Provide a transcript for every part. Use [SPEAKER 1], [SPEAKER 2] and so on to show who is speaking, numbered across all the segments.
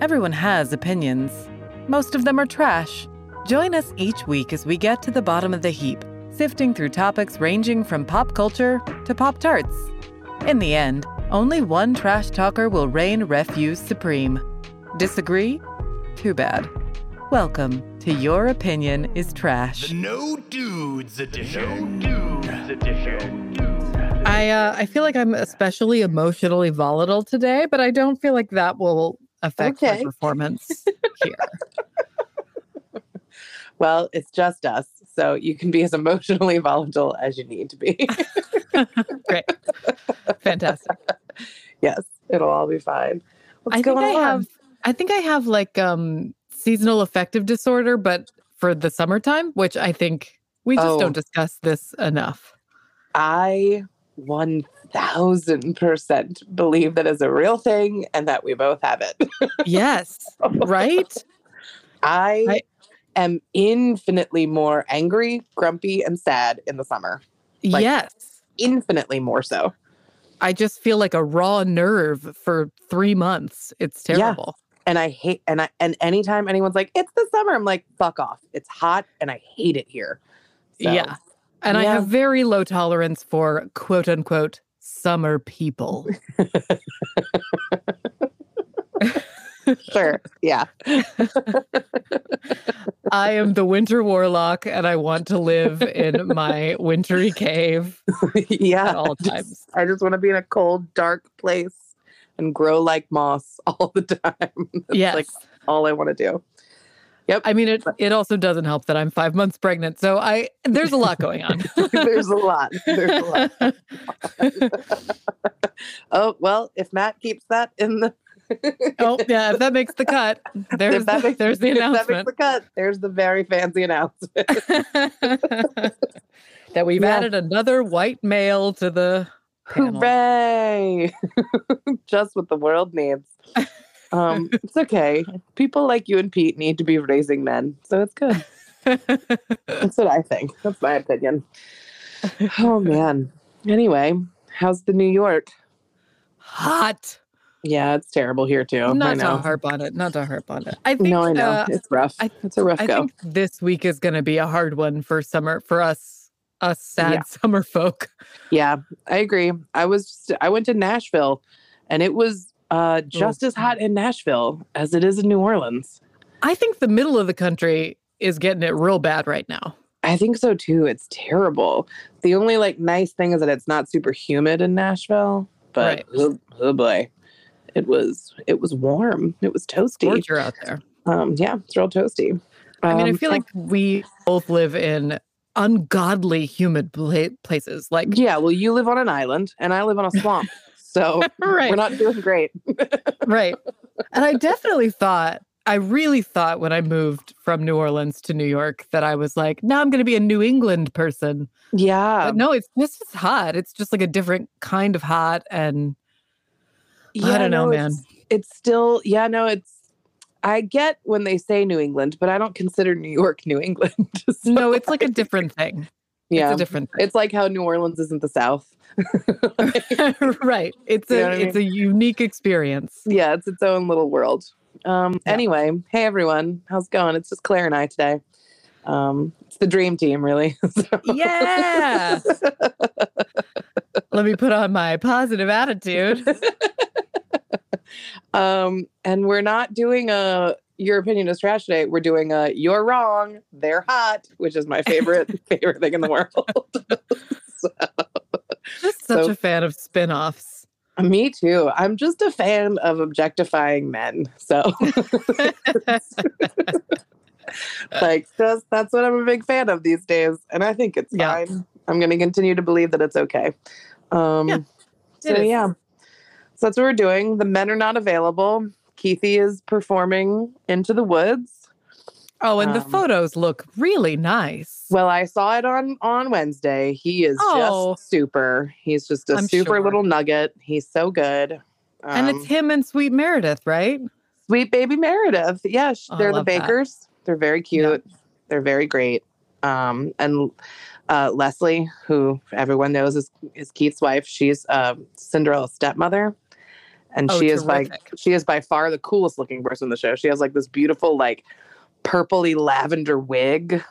[SPEAKER 1] Everyone has opinions. Most of them are trash. Join us each week as we get to the bottom of the heap, sifting through topics ranging from pop culture to Pop Tarts. In the end, only one trash talker will reign refuse supreme. Disagree? Too bad. Welcome to Your Opinion is Trash.
[SPEAKER 2] No Dudes Edition. No Dudes Edition.
[SPEAKER 3] I uh, I feel like I'm especially emotionally volatile today, but I don't feel like that will affect my
[SPEAKER 4] Okay.
[SPEAKER 3] performance here.
[SPEAKER 4] Well, it's just us. So you can be as emotionally volatile as you need to be.
[SPEAKER 3] Fantastic.
[SPEAKER 4] yes, it'll all be fine. What's
[SPEAKER 3] I think
[SPEAKER 4] going
[SPEAKER 3] I
[SPEAKER 4] on?
[SPEAKER 3] have I think I have like um seasonal affective disorder, but for the summertime, which I think we just
[SPEAKER 4] Oh.
[SPEAKER 3] don't discuss this enough.
[SPEAKER 4] I 1000% believe that is a real thing and that we both have it.
[SPEAKER 3] Yes. right?
[SPEAKER 4] I,
[SPEAKER 3] I-
[SPEAKER 4] am infinitely more angry, grumpy, and sad in the summer. Like-
[SPEAKER 3] yes.
[SPEAKER 4] Infinitely more so.
[SPEAKER 3] I just feel like a raw nerve for three months. It's
[SPEAKER 4] Yeah.
[SPEAKER 3] terrible.
[SPEAKER 4] And I hate and I and anytime anyone's like, it's the summer, I'm like, fuck off. It's hot and I hate it here. So,
[SPEAKER 3] Yeah. And I
[SPEAKER 4] Yeah.
[SPEAKER 3] have very low tolerance for quote unquote summer people.
[SPEAKER 4] Sure. Yeah.
[SPEAKER 3] I am the winter warlock and I want to live in my wintry cave
[SPEAKER 4] yeah.
[SPEAKER 3] at all
[SPEAKER 4] Just-
[SPEAKER 3] times.
[SPEAKER 4] I just want to be in a cold, dark place and grow like moss all the time. That's
[SPEAKER 3] Yes.
[SPEAKER 4] like all I want to do.
[SPEAKER 3] I mean it it also doesn't help that I'm 5 months pregnant. So I there's a lot going on.
[SPEAKER 4] There's a lot. There's a lot. Oh, well, if Matt keeps that in the
[SPEAKER 3] oh, yeah, if that makes the cut, there's
[SPEAKER 4] that
[SPEAKER 3] the,
[SPEAKER 4] makes-
[SPEAKER 3] there's the
[SPEAKER 4] if that makes
[SPEAKER 3] announcement
[SPEAKER 4] the cut, there's the very fancy announcement.
[SPEAKER 3] that we've
[SPEAKER 4] Yeah.
[SPEAKER 3] added another white male to the panel.
[SPEAKER 4] Hooray! Just what the world needs. Um, it's okay. People like you and Pete need to be raising men, so it's good. That's what I think. That's my opinion. Oh man. Anyway, how's the New York?
[SPEAKER 3] Hot.
[SPEAKER 4] Yeah, it's terrible here too. I
[SPEAKER 3] Not to
[SPEAKER 4] know.
[SPEAKER 3] harp on it. Not to harp on it. I think
[SPEAKER 4] No, I know.
[SPEAKER 3] uh,
[SPEAKER 4] it's rough.
[SPEAKER 3] I-
[SPEAKER 4] it's a rough
[SPEAKER 3] I
[SPEAKER 4] go.
[SPEAKER 3] think this week is going to be a hard one for summer for us us sad
[SPEAKER 4] Yeah.
[SPEAKER 3] summer folk.
[SPEAKER 4] Yeah, I agree. I was I went to Nashville and it was uh just as hot in Nashville as it is in New Orleans.
[SPEAKER 3] I think the middle of the country is getting it real bad right now.
[SPEAKER 4] I think so too. It's terrible. The only like nice thing is that it's not super humid in Nashville, but
[SPEAKER 3] Right.
[SPEAKER 4] oh, oh boy. It was it was warm. It was toasty.
[SPEAKER 3] Torture out there.
[SPEAKER 4] Um yeah, it's real toasty.
[SPEAKER 3] I mean, I
[SPEAKER 4] Um,
[SPEAKER 3] feel like we both live in ungodly humid pla- places. Like
[SPEAKER 4] Yeah, well, you live on an island and I live on a swamp. So
[SPEAKER 3] right,
[SPEAKER 4] we're not doing great.
[SPEAKER 3] right. And I definitely thought. I really thought when I moved from New Orleans to New York that I was like, now I'm going to be a New England person.
[SPEAKER 4] Yeah.
[SPEAKER 3] But no, it's just as hot. It's just like a different kind of hot. And
[SPEAKER 4] Yeah,
[SPEAKER 3] I don't know,
[SPEAKER 4] no,
[SPEAKER 3] man.
[SPEAKER 4] It's, it's still, yeah, no, it's, I get when they say New England, but I don't consider New York New England. So,
[SPEAKER 3] No, it's like a different thing.
[SPEAKER 4] yeah.
[SPEAKER 3] It's a different
[SPEAKER 4] It's like how New Orleans isn't the South.
[SPEAKER 3] thing. right. It's
[SPEAKER 4] You
[SPEAKER 3] a
[SPEAKER 4] know what I
[SPEAKER 3] it's a unique experience.
[SPEAKER 4] Yeah, it's its own little world. Um,
[SPEAKER 3] Yeah.
[SPEAKER 4] Anyway, hey everyone, how's it going? It's just Claire and I today. Um, it's the dream team, really. So-
[SPEAKER 3] Yeah. Let me put on my positive attitude.
[SPEAKER 4] Um, and we're not doing a your opinion is trash today. We're doing a you're wrong, they're hot, which is my favorite favorite thing in the world.
[SPEAKER 3] Just such
[SPEAKER 4] So-
[SPEAKER 3] a fan of spin-offs.
[SPEAKER 4] Me too. I'm just a fan of objectifying men. So like just that's what I'm a big fan of these days. And I think it's
[SPEAKER 3] Yeah.
[SPEAKER 4] fine. I'm gonna continue to believe that it's okay. Um
[SPEAKER 3] Yeah,
[SPEAKER 4] so
[SPEAKER 3] is.
[SPEAKER 4] yeah. So that's what we're doing. The men are not available. Keithy is performing into the woods.
[SPEAKER 3] oh, and the
[SPEAKER 4] Um,
[SPEAKER 3] photos look really nice.
[SPEAKER 4] Well, I saw it on on Wednesday. He is
[SPEAKER 3] Oh.
[SPEAKER 4] just super. He's just a
[SPEAKER 3] I'm
[SPEAKER 4] super
[SPEAKER 3] sure.
[SPEAKER 4] little nugget. He's so good.
[SPEAKER 3] and
[SPEAKER 4] Um,
[SPEAKER 3] it's him and Sweet Meredith, right?
[SPEAKER 4] sweet baby Meredith. Yeah, sh-
[SPEAKER 3] Oh, I
[SPEAKER 4] they're the
[SPEAKER 3] love that.
[SPEAKER 4] Bakers. They're very
[SPEAKER 3] Yeah.
[SPEAKER 4] cute. They're very great. Um, and uh, Leslie, who everyone knows is is Keith's wife, she's uh, Cinderella's stepmother, and
[SPEAKER 3] Oh,
[SPEAKER 4] she is like
[SPEAKER 3] terrific.
[SPEAKER 4] she is by far the coolest looking person in the show. She has like this beautiful like purpley lavender wig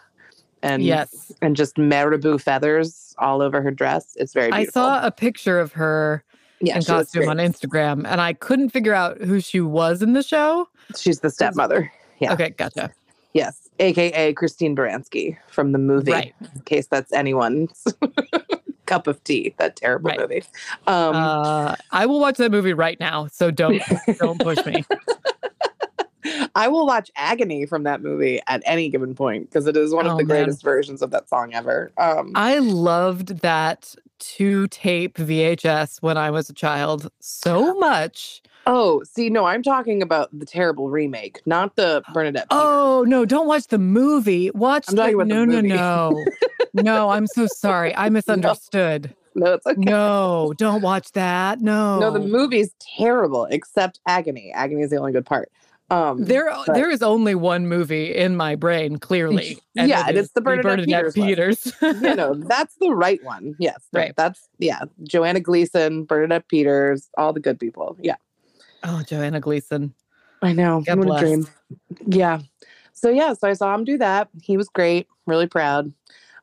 [SPEAKER 4] and
[SPEAKER 3] yes.
[SPEAKER 4] and just marabou feathers all over her dress. It's very
[SPEAKER 3] I
[SPEAKER 4] beautiful.
[SPEAKER 3] saw a picture of her
[SPEAKER 4] yeah,
[SPEAKER 3] in
[SPEAKER 4] she looks
[SPEAKER 3] costume on
[SPEAKER 4] great.
[SPEAKER 3] Instagram and I couldn't figure out who she was in the show.
[SPEAKER 4] She's the stepmother. Yeah.
[SPEAKER 3] Okay, gotcha.
[SPEAKER 4] Yes, aka Christine Baranski from the movie.
[SPEAKER 3] Right.
[SPEAKER 4] In case that's anyone's cup of tea, that terrible
[SPEAKER 3] Right.
[SPEAKER 4] movie. Um,
[SPEAKER 3] uh, I will watch that movie right now, so don't don't push me.
[SPEAKER 4] I will watch Agony from that movie at any given point because it is one
[SPEAKER 3] Oh,
[SPEAKER 4] of the
[SPEAKER 3] man.
[SPEAKER 4] greatest versions of that song ever. Um,
[SPEAKER 3] I loved that two tape VHS when I was a child so much.
[SPEAKER 4] oh, see, no, I'm talking about the terrible remake, not the Bernadette. Peters.
[SPEAKER 3] Oh no, don't watch the movie. Watch
[SPEAKER 4] I'm talking
[SPEAKER 3] the,
[SPEAKER 4] about
[SPEAKER 3] no
[SPEAKER 4] the movie.
[SPEAKER 3] no no. no, I'm so sorry. I misunderstood.
[SPEAKER 4] no, it's okay.
[SPEAKER 3] No, don't watch that. No.
[SPEAKER 4] No, the movie's terrible except Agony. Agony is the only good part. Um,
[SPEAKER 3] there,
[SPEAKER 4] but-
[SPEAKER 3] there is only one movie in my brain, clearly.
[SPEAKER 4] Yeah, and it's the Bernadette
[SPEAKER 3] Peters.
[SPEAKER 4] you know, that's the right one. Yes. no,
[SPEAKER 3] Right.
[SPEAKER 4] That's, yeah. Joanna Gleason, Bernadette Peters, all the good people. Yeah.
[SPEAKER 3] oh, Joanna Gleason.
[SPEAKER 4] I know.
[SPEAKER 3] God
[SPEAKER 4] what
[SPEAKER 3] bless.
[SPEAKER 4] a dream. Yeah. So yeah, so I saw him do that. He was great. Really proud.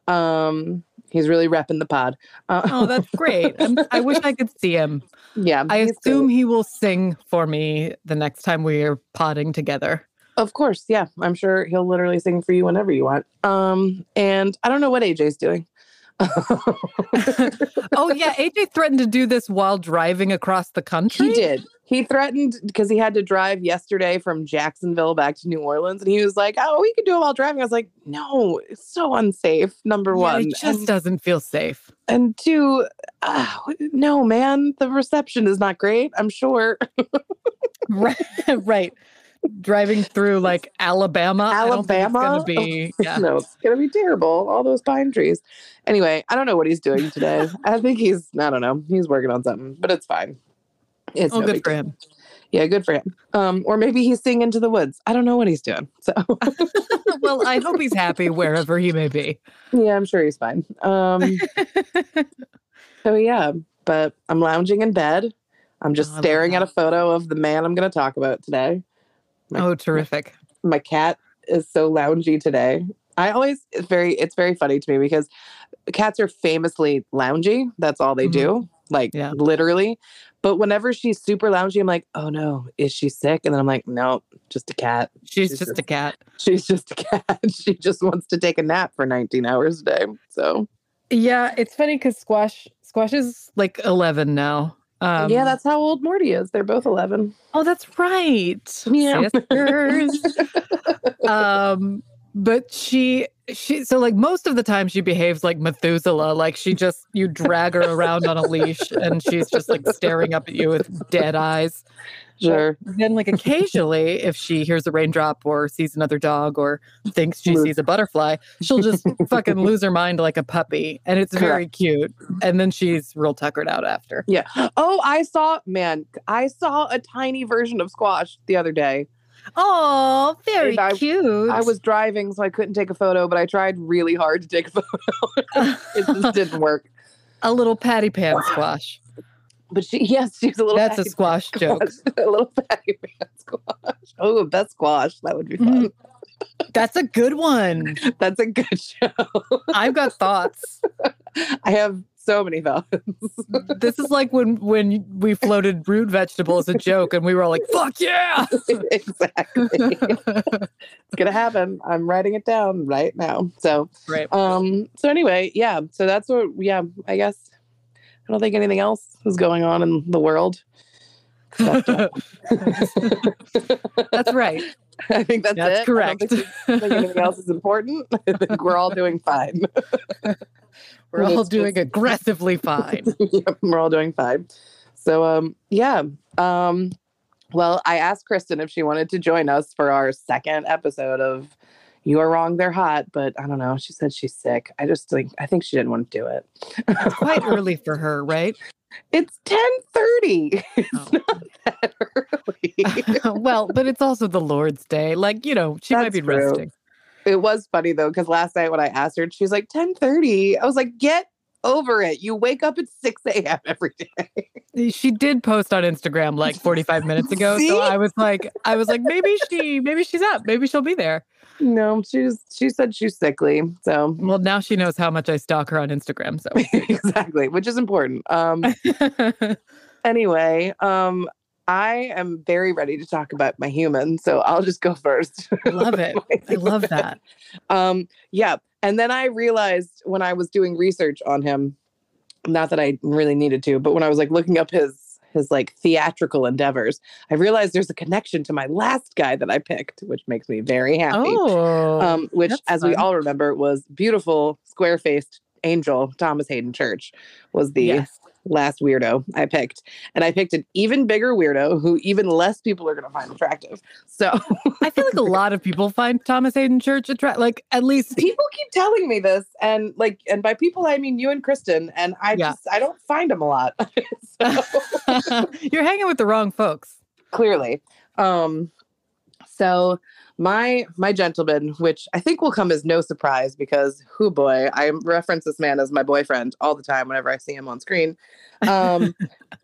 [SPEAKER 4] Um, he's really repping the pod. Uh,
[SPEAKER 3] Oh, that's great. I'm, I wish I could see him.
[SPEAKER 4] yeah.
[SPEAKER 3] I
[SPEAKER 4] he's
[SPEAKER 3] assume
[SPEAKER 4] great.
[SPEAKER 3] he will sing for me the next time we are potting together.
[SPEAKER 4] of course, yeah. I'm sure he'll literally sing for you whenever you want. Um, and I don't know what AJ's doing.
[SPEAKER 3] oh yeah, AJ threatened to do this while driving across the country.
[SPEAKER 4] He did. He threatened because he had to drive yesterday from Jacksonville back to New Orleans, and he was like, "Oh, we could do it while driving." I was like, "No, it's so unsafe." Number
[SPEAKER 3] Yeah,
[SPEAKER 4] one,
[SPEAKER 3] it just
[SPEAKER 4] And-
[SPEAKER 3] doesn't feel safe.
[SPEAKER 4] and two, uh, no, man, the reception is not great. I'm sure
[SPEAKER 3] right, right. Driving through like Alabama. I don't think
[SPEAKER 4] Alabama? Oh,
[SPEAKER 3] it's gonna be. Yeah.
[SPEAKER 4] no, it's gonna be terrible. All those pine trees. Anyway, I don't know what he's doing today. I think he's, I don't know, he's working on something, but it's fine. It's
[SPEAKER 3] Oh,
[SPEAKER 4] no
[SPEAKER 3] good
[SPEAKER 4] big
[SPEAKER 3] for
[SPEAKER 4] deal.
[SPEAKER 3] him.
[SPEAKER 4] Yeah, good for him. Um, or maybe he's singing into the woods. I don't know what he's doing. So
[SPEAKER 3] well, I hope he's happy wherever he may be.
[SPEAKER 4] yeah, I'm sure he's fine. Um, so yeah, but I'm lounging in bed. I'm just
[SPEAKER 3] Oh, I love
[SPEAKER 4] staring at a
[SPEAKER 3] that.
[SPEAKER 4] photo of the man I'm gonna talk about today. My-
[SPEAKER 3] Oh, terrific.
[SPEAKER 4] my cat is so loungy today. I always it's very it's very funny to me because cats are famously loungy. That's all they
[SPEAKER 3] Mhm.
[SPEAKER 4] do. Like
[SPEAKER 3] Yeah.
[SPEAKER 4] literally. But whenever she's super loungy, I'm like, oh no, is she sick? And then I'm like, no, just a cat.
[SPEAKER 3] She's
[SPEAKER 4] She's
[SPEAKER 3] just
[SPEAKER 4] just-
[SPEAKER 3] a cat.
[SPEAKER 4] She's just a cat. she just wants to take a nap for 19 hours a day. So
[SPEAKER 3] Yeah, it's funny because Squash Squash is like eleven now. Um,
[SPEAKER 4] yeah, that's how old Morty is. They're both 11.
[SPEAKER 3] oh, that's right.
[SPEAKER 4] Yeah.
[SPEAKER 3] Sisters. um, but she she so like most of the time she behaves like Methuselah. Like she just you drag her around on a leash and she's just like staring up at you with dead eyes.
[SPEAKER 4] Sure.
[SPEAKER 3] Then like occasionally if she hears a raindrop or sees another dog or thinks she
[SPEAKER 4] Move.
[SPEAKER 3] sees a butterfly, she'll just fucking lose her mind like a puppy. And it's very cute. And then she's real tuckered out after.
[SPEAKER 4] Yeah. Oh, I saw, man, I saw a tiny version of Squash the other day.
[SPEAKER 3] Oh, very
[SPEAKER 4] And I-
[SPEAKER 3] cute.
[SPEAKER 4] I was driving, so I couldn't take a photo, but I tried really hard to take a photo. It just didn't work.
[SPEAKER 3] a little patty pan squash.
[SPEAKER 4] But she, yes, she's a little.
[SPEAKER 3] That's a
[SPEAKER 4] patty
[SPEAKER 3] squash
[SPEAKER 4] pan
[SPEAKER 3] joke.
[SPEAKER 4] squash. a little patty pan squash. Oh, a best squash. That would be fun.
[SPEAKER 3] Mm-hmm. That's a good one.
[SPEAKER 4] That's a good show.
[SPEAKER 3] I've got thoughts.
[SPEAKER 4] I have so many thoughts.
[SPEAKER 3] This is like when when we floated root vegetable as a joke, and we were all like, "Fuck yeah!"
[SPEAKER 4] exactly. it's gonna happen. I'm writing it down right now. So,
[SPEAKER 3] Right.
[SPEAKER 4] um, so anyway, yeah. So that's what. Yeah, I guess. I don't think anything else is going on in the world.
[SPEAKER 3] That's right.
[SPEAKER 4] I think that's,
[SPEAKER 3] That's
[SPEAKER 4] it. I don't
[SPEAKER 3] correct.
[SPEAKER 4] think I think anything else is important. I think we're all doing fine.
[SPEAKER 3] We're all
[SPEAKER 4] That's
[SPEAKER 3] doing aggressively fine.
[SPEAKER 4] Yep, we're all doing fine. So um yeah. Um well, I asked Kristen if she wanted to join us for our second episode of You Are Wrong, They're Hot, but I don't know. She said she's sick. I just think I think she didn't want to do it.
[SPEAKER 3] It's quite early for her, right?
[SPEAKER 4] It's 1030
[SPEAKER 3] Oh.
[SPEAKER 4] early.
[SPEAKER 3] well, but it's also the Lord's Day. Like you know, she might
[SPEAKER 4] That's
[SPEAKER 3] be
[SPEAKER 4] true.
[SPEAKER 3] resting.
[SPEAKER 4] it was funny though, because last night when I asked her, she was like, 1030. I was like, get over it. You wake up at 6 a.m. every day.
[SPEAKER 3] she did post on Instagram like 45 minutes ago.
[SPEAKER 4] See?
[SPEAKER 3] So I was like, I was like, maybe she, maybe she's up, maybe she'll be there.
[SPEAKER 4] No, she's she said she's sickly. So
[SPEAKER 3] Well, now she knows how much I stalk her on Instagram.
[SPEAKER 4] exactly, which is important. Um
[SPEAKER 3] So
[SPEAKER 4] anyway, um I am very ready to talk about my human, so I'll just go first.
[SPEAKER 3] I love it. I love that.
[SPEAKER 4] Um, yeah. And then I realized when I was doing research on him, not that I really needed to, but when I was like looking up his his like theatrical endeavors, I realized there's a connection to my last guy that I picked, which makes me very happy.
[SPEAKER 3] Oh,
[SPEAKER 4] um, which,
[SPEAKER 3] that's
[SPEAKER 4] as we
[SPEAKER 3] fun.
[SPEAKER 4] all remember, was beautiful, square faced angel Thomas Hayden Church was the
[SPEAKER 3] yes.
[SPEAKER 4] last weirdo I picked. And I picked an even bigger weirdo who even less people are going to find attractive. So
[SPEAKER 3] I feel like a lot of people find Thomas Hayden Church attract. Like at least
[SPEAKER 4] people keep telling me this and like and by people i mean you and kristen and i
[SPEAKER 3] Yeah.
[SPEAKER 4] just i don't find them a lot so
[SPEAKER 3] you're hanging with the wrong folks.
[SPEAKER 4] clearly um so my my gentleman which i think will come as no surprise because who boy i reference this man as my boyfriend all the time whenever i see him on screen um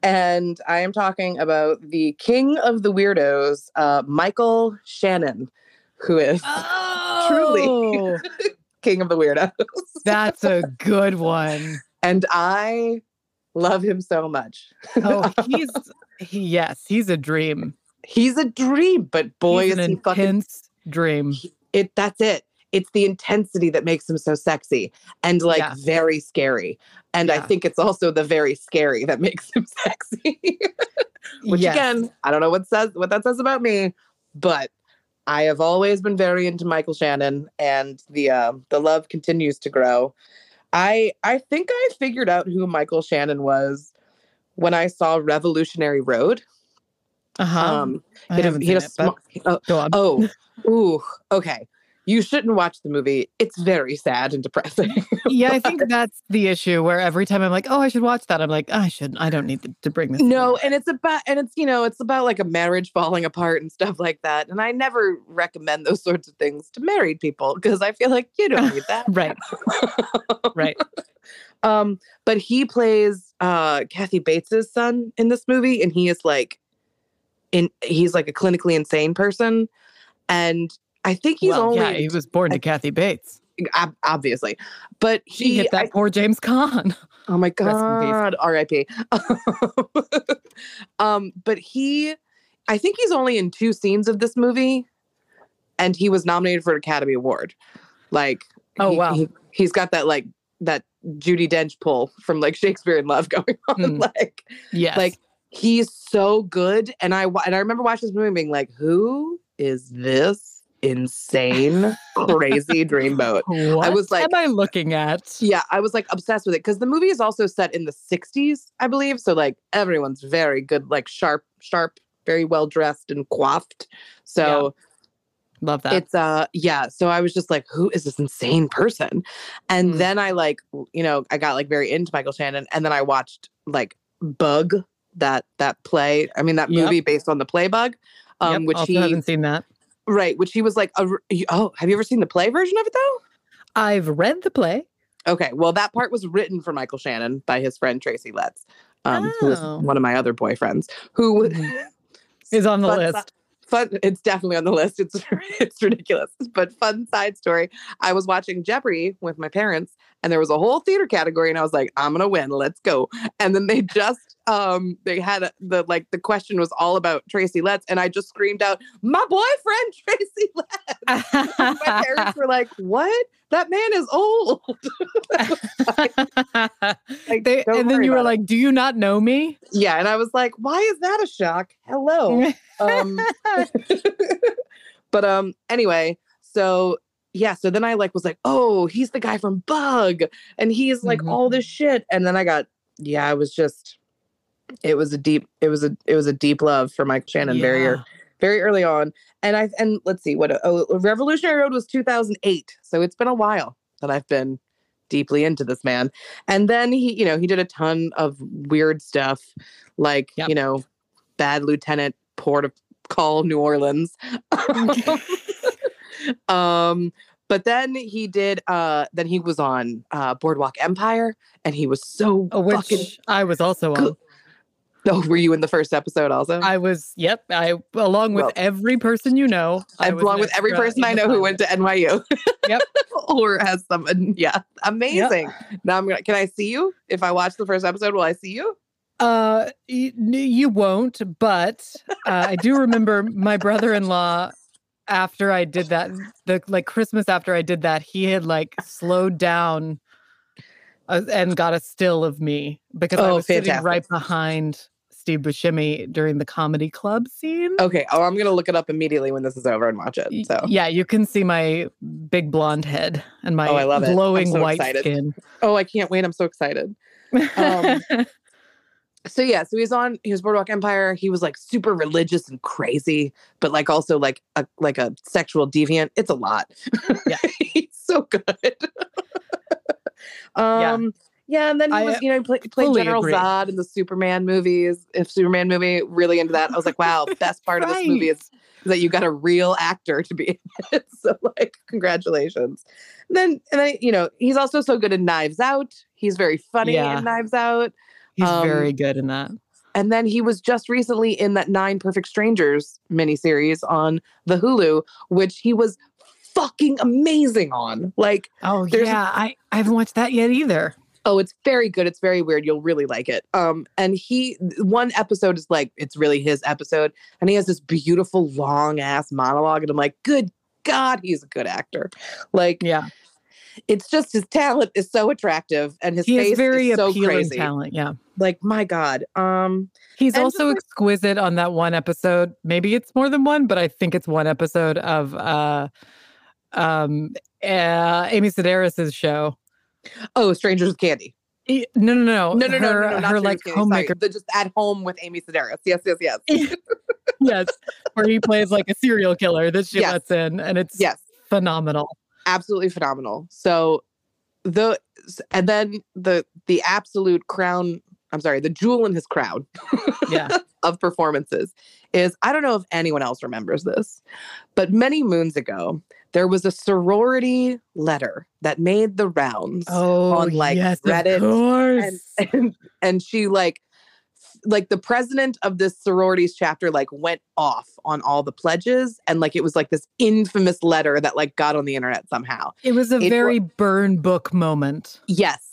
[SPEAKER 4] and i am talking about the king of the weirdos uh michael shannon who is
[SPEAKER 3] Uh Oh,
[SPEAKER 4] king of the weirdos
[SPEAKER 3] that's a good one.
[SPEAKER 4] and i love him so much
[SPEAKER 3] Oh, he's he, yes, he's a dream.
[SPEAKER 4] He's a dream, but boy,
[SPEAKER 3] he's
[SPEAKER 4] is
[SPEAKER 3] an
[SPEAKER 4] he fucking
[SPEAKER 3] intense dream.
[SPEAKER 4] it. That's it. It's the intensity that makes him so sexy and like
[SPEAKER 3] Yeah.
[SPEAKER 4] very scary. And I
[SPEAKER 3] Yeah.
[SPEAKER 4] think it's also the very scary that makes him sexy. Which
[SPEAKER 3] Yes.
[SPEAKER 4] again, I don't know what says what that says about me, but I have always been very into Michael Shannon, and the uh, the love continues to grow. I I think I figured out who Michael Shannon was when I saw Revolutionary Road.
[SPEAKER 3] uh-huh.
[SPEAKER 4] Um,
[SPEAKER 3] I
[SPEAKER 4] he had a-
[SPEAKER 3] haven't
[SPEAKER 4] he had
[SPEAKER 3] seen
[SPEAKER 4] a
[SPEAKER 3] it, but
[SPEAKER 4] sm- a-
[SPEAKER 3] go on.
[SPEAKER 4] Oh, ooh, okay. You shouldn't watch the movie. It's very sad and depressing.
[SPEAKER 3] yeah, I think that's the issue. Where every time I'm like, oh, I should watch that. I'm like, I shouldn't. I don't need to, to bring this.
[SPEAKER 4] no, and it's about and it's you know, it's about like a marriage falling apart and stuff like that. And I never recommend those sorts of things to married people because I feel like you don't need that.
[SPEAKER 3] up. right, right.
[SPEAKER 4] Um, but he plays uh Kathy Bates's son in this movie, and he is like in he's like a clinically insane person. And I think he's
[SPEAKER 3] well,
[SPEAKER 4] only
[SPEAKER 3] yeah, he was born to Kathy Bates.
[SPEAKER 4] ob- obviously, but
[SPEAKER 3] She
[SPEAKER 4] he
[SPEAKER 3] hit that
[SPEAKER 4] I-
[SPEAKER 3] poor James Caan.
[SPEAKER 4] Oh my
[SPEAKER 3] Rest in peace.
[SPEAKER 4] god, R.I.P. um, but he, I think he's only in two scenes of this movie, and he was nominated for an Academy Award. Like,
[SPEAKER 3] Oh,
[SPEAKER 4] he,
[SPEAKER 3] wow.
[SPEAKER 4] he, has got that like that Judy Dench pull from like Shakespeare in Love going on.
[SPEAKER 3] Mm.
[SPEAKER 4] Like,
[SPEAKER 3] Yes,
[SPEAKER 4] like he's so good, and I wa- and I remember watching this movie and being like, who is this insane, crazy dreamboat?
[SPEAKER 3] what
[SPEAKER 4] was like-
[SPEAKER 3] am I looking at?
[SPEAKER 4] Yeah, I was like obsessed with it because the movie is also set in the 60s, I believe. So like everyone's very good, like sharp, sharp, very well dressed and coiffed. So
[SPEAKER 3] Love that.
[SPEAKER 4] it's uh yeah. So I was just like, who is this insane person? And
[SPEAKER 3] Mm.
[SPEAKER 4] then I like, w- you know, I got like very into Michael Shannon, and then I watched like Bug, that that play. I mean that
[SPEAKER 3] Yep.
[SPEAKER 4] movie based on the play Bug,
[SPEAKER 3] Yep,
[SPEAKER 4] um, which
[SPEAKER 3] also
[SPEAKER 4] he
[SPEAKER 3] haven't seen that.
[SPEAKER 4] right, which he was like, a, r- oh, have you ever seen the play version of it though?
[SPEAKER 3] I've read the play.
[SPEAKER 4] Okay, well, that part was written for Michael Shannon by his friend Tracy Letts, um, who is
[SPEAKER 3] Oh. Mm.
[SPEAKER 4] one of my other boyfriends. Who was
[SPEAKER 3] Mm-hmm. Is on the
[SPEAKER 4] Fun
[SPEAKER 3] list.
[SPEAKER 4] si- fun? It's definitely on the list. It's it's ridiculous, but fun side story. I was watching Jeopardy with my parents, and there was a whole theater category, and I was like, "I'm gonna win. Let's go!" And then they just um they had a, the like the question was all about Tracy Letts, and I just screamed out, "My boyfriend Tracy Letts!" uh, My parents were like, "What? That man is old." Like,
[SPEAKER 3] They-
[SPEAKER 4] don't
[SPEAKER 3] and then
[SPEAKER 4] worry
[SPEAKER 3] you were
[SPEAKER 4] about it.
[SPEAKER 3] like, "Do you not know me?"
[SPEAKER 4] Yeah, and I was like, why is that a shock? Hello. Um, but um anyway, so yeah, so then I like was like, oh, he's the guy from Bug and he's like
[SPEAKER 3] Mhm.
[SPEAKER 4] all this shit and then I got yeah, I was just it was a deep it was a it was a deep love for Mike Shannon very ear-
[SPEAKER 3] Yeah.
[SPEAKER 4] very early on. And I and let's see what oh Revolutionary Road was 2008, so it's been a while that I've been deeply into this man. And then he, you know, he did a ton of weird stuff like,
[SPEAKER 3] Yep.
[SPEAKER 4] you know, Bad Lieutenant Port of Call New Orleans. um But then he did. Uh, then he was on uh, Boardwalk Empire, and he was so
[SPEAKER 3] Oh, which
[SPEAKER 4] fucking.
[SPEAKER 3] I was also on.
[SPEAKER 4] good. Oh, were you in the first episode also?
[SPEAKER 3] I was, yep, I along with
[SPEAKER 4] Well-
[SPEAKER 3] every person you know. I
[SPEAKER 4] I
[SPEAKER 3] was
[SPEAKER 4] belong
[SPEAKER 3] an
[SPEAKER 4] with every
[SPEAKER 3] extra
[SPEAKER 4] person
[SPEAKER 3] in
[SPEAKER 4] I
[SPEAKER 3] the
[SPEAKER 4] know who
[SPEAKER 3] pilot.
[SPEAKER 4] went to NYU.
[SPEAKER 3] Yep.
[SPEAKER 4] or has some. uh, Yeah, amazing. Now I'm gonna. Can I see you? If I watch the first episode, will I see you?
[SPEAKER 3] Uh, y- n- you won't, but uh, I do remember my brother-in-law after I did that, the like Christmas after I did that, he had like slowed down uh, and got a still of me because I
[SPEAKER 4] Oh,
[SPEAKER 3] was sitting
[SPEAKER 4] fantastic.
[SPEAKER 3] right behind Steve Buscemi during the comedy club scene.
[SPEAKER 4] Okay. Oh, I'm gonna look it up immediately when this is over and watch
[SPEAKER 3] Y-
[SPEAKER 4] it. So.
[SPEAKER 3] Yeah, you can see my big blonde head and my
[SPEAKER 4] Oh, I love it. I'm
[SPEAKER 3] glowing
[SPEAKER 4] so
[SPEAKER 3] white
[SPEAKER 4] excited.
[SPEAKER 3] skin.
[SPEAKER 4] Oh, I can't wait. I'm so excited. Um, so yeah, so he was on he was Boardwalk Empire. He was like super religious and crazy, but like also like a like a sexual deviant. It's a lot.
[SPEAKER 3] Yeah.
[SPEAKER 4] He's so good. um yeah. and then he
[SPEAKER 3] I,
[SPEAKER 4] was,
[SPEAKER 3] uh,
[SPEAKER 4] you know, he play, played
[SPEAKER 3] fully
[SPEAKER 4] General
[SPEAKER 3] agree.
[SPEAKER 4] Zod in the Superman movies. If Superman movie, really into that. I was like, wow, best part of this movie is that you got a real actor to be in it. So like congratulations. And then and then you know, he's also so good in Knives Out. He's very funny
[SPEAKER 3] Yeah.
[SPEAKER 4] in Knives Out.
[SPEAKER 3] He's
[SPEAKER 4] um,
[SPEAKER 3] very good in that.
[SPEAKER 4] And then he was just recently in that Nine Perfect Strangers miniseries on the Hulu, which he was fucking amazing on. Like,
[SPEAKER 3] Oh
[SPEAKER 4] there's a-
[SPEAKER 3] yeah, I I haven't watched that yet either.
[SPEAKER 4] oh, it's very good. It's very weird. You'll really like it. Um, and he one episode is like it's really his episode, and he has this beautiful long ass monologue, and I'm like, good God, he's a good actor. Like,
[SPEAKER 3] Yeah,
[SPEAKER 4] it's just his talent is so attractive, and his
[SPEAKER 3] he
[SPEAKER 4] face
[SPEAKER 3] has very
[SPEAKER 4] is so
[SPEAKER 3] appealing
[SPEAKER 4] crazy.
[SPEAKER 3] talent. Yeah,
[SPEAKER 4] Like, my God. Um,
[SPEAKER 3] he's
[SPEAKER 4] And just
[SPEAKER 3] also
[SPEAKER 4] like-
[SPEAKER 3] exquisite on that one episode. Maybe it's more than one, but I think it's one episode of uh, um, uh, Amy Sedaris's show.
[SPEAKER 4] oh, Strangers with Candy.
[SPEAKER 3] E- No, no, no,
[SPEAKER 4] No, no, no,
[SPEAKER 3] her,
[SPEAKER 4] no, no,
[SPEAKER 3] her
[SPEAKER 4] not Stranger
[SPEAKER 3] like
[SPEAKER 4] Things, sorry.
[SPEAKER 3] homemaker.
[SPEAKER 4] The- just at home with Amy Sedaris. Yes, yes, yes,
[SPEAKER 3] yes, where he plays like a serial killer that she
[SPEAKER 4] Yes.
[SPEAKER 3] lets in, and it's
[SPEAKER 4] yes.
[SPEAKER 3] phenomenal.
[SPEAKER 4] Absolutely phenomenal. So the and then the the absolute crown. I'm sorry, the jewel in his crown
[SPEAKER 3] Yeah,
[SPEAKER 4] of performances is I don't know if anyone else remembers this, but many moons ago there was a sorority letter that made the rounds.
[SPEAKER 3] oh,
[SPEAKER 4] like,
[SPEAKER 3] yes, of
[SPEAKER 4] Reddit and-
[SPEAKER 3] course.
[SPEAKER 4] and, and and she like f- like the president of this sororities chapter like went off on all the pledges and like it was like this infamous letter that like got on the internet somehow
[SPEAKER 3] It was a
[SPEAKER 4] it wa-
[SPEAKER 3] very burn book moment.
[SPEAKER 4] yes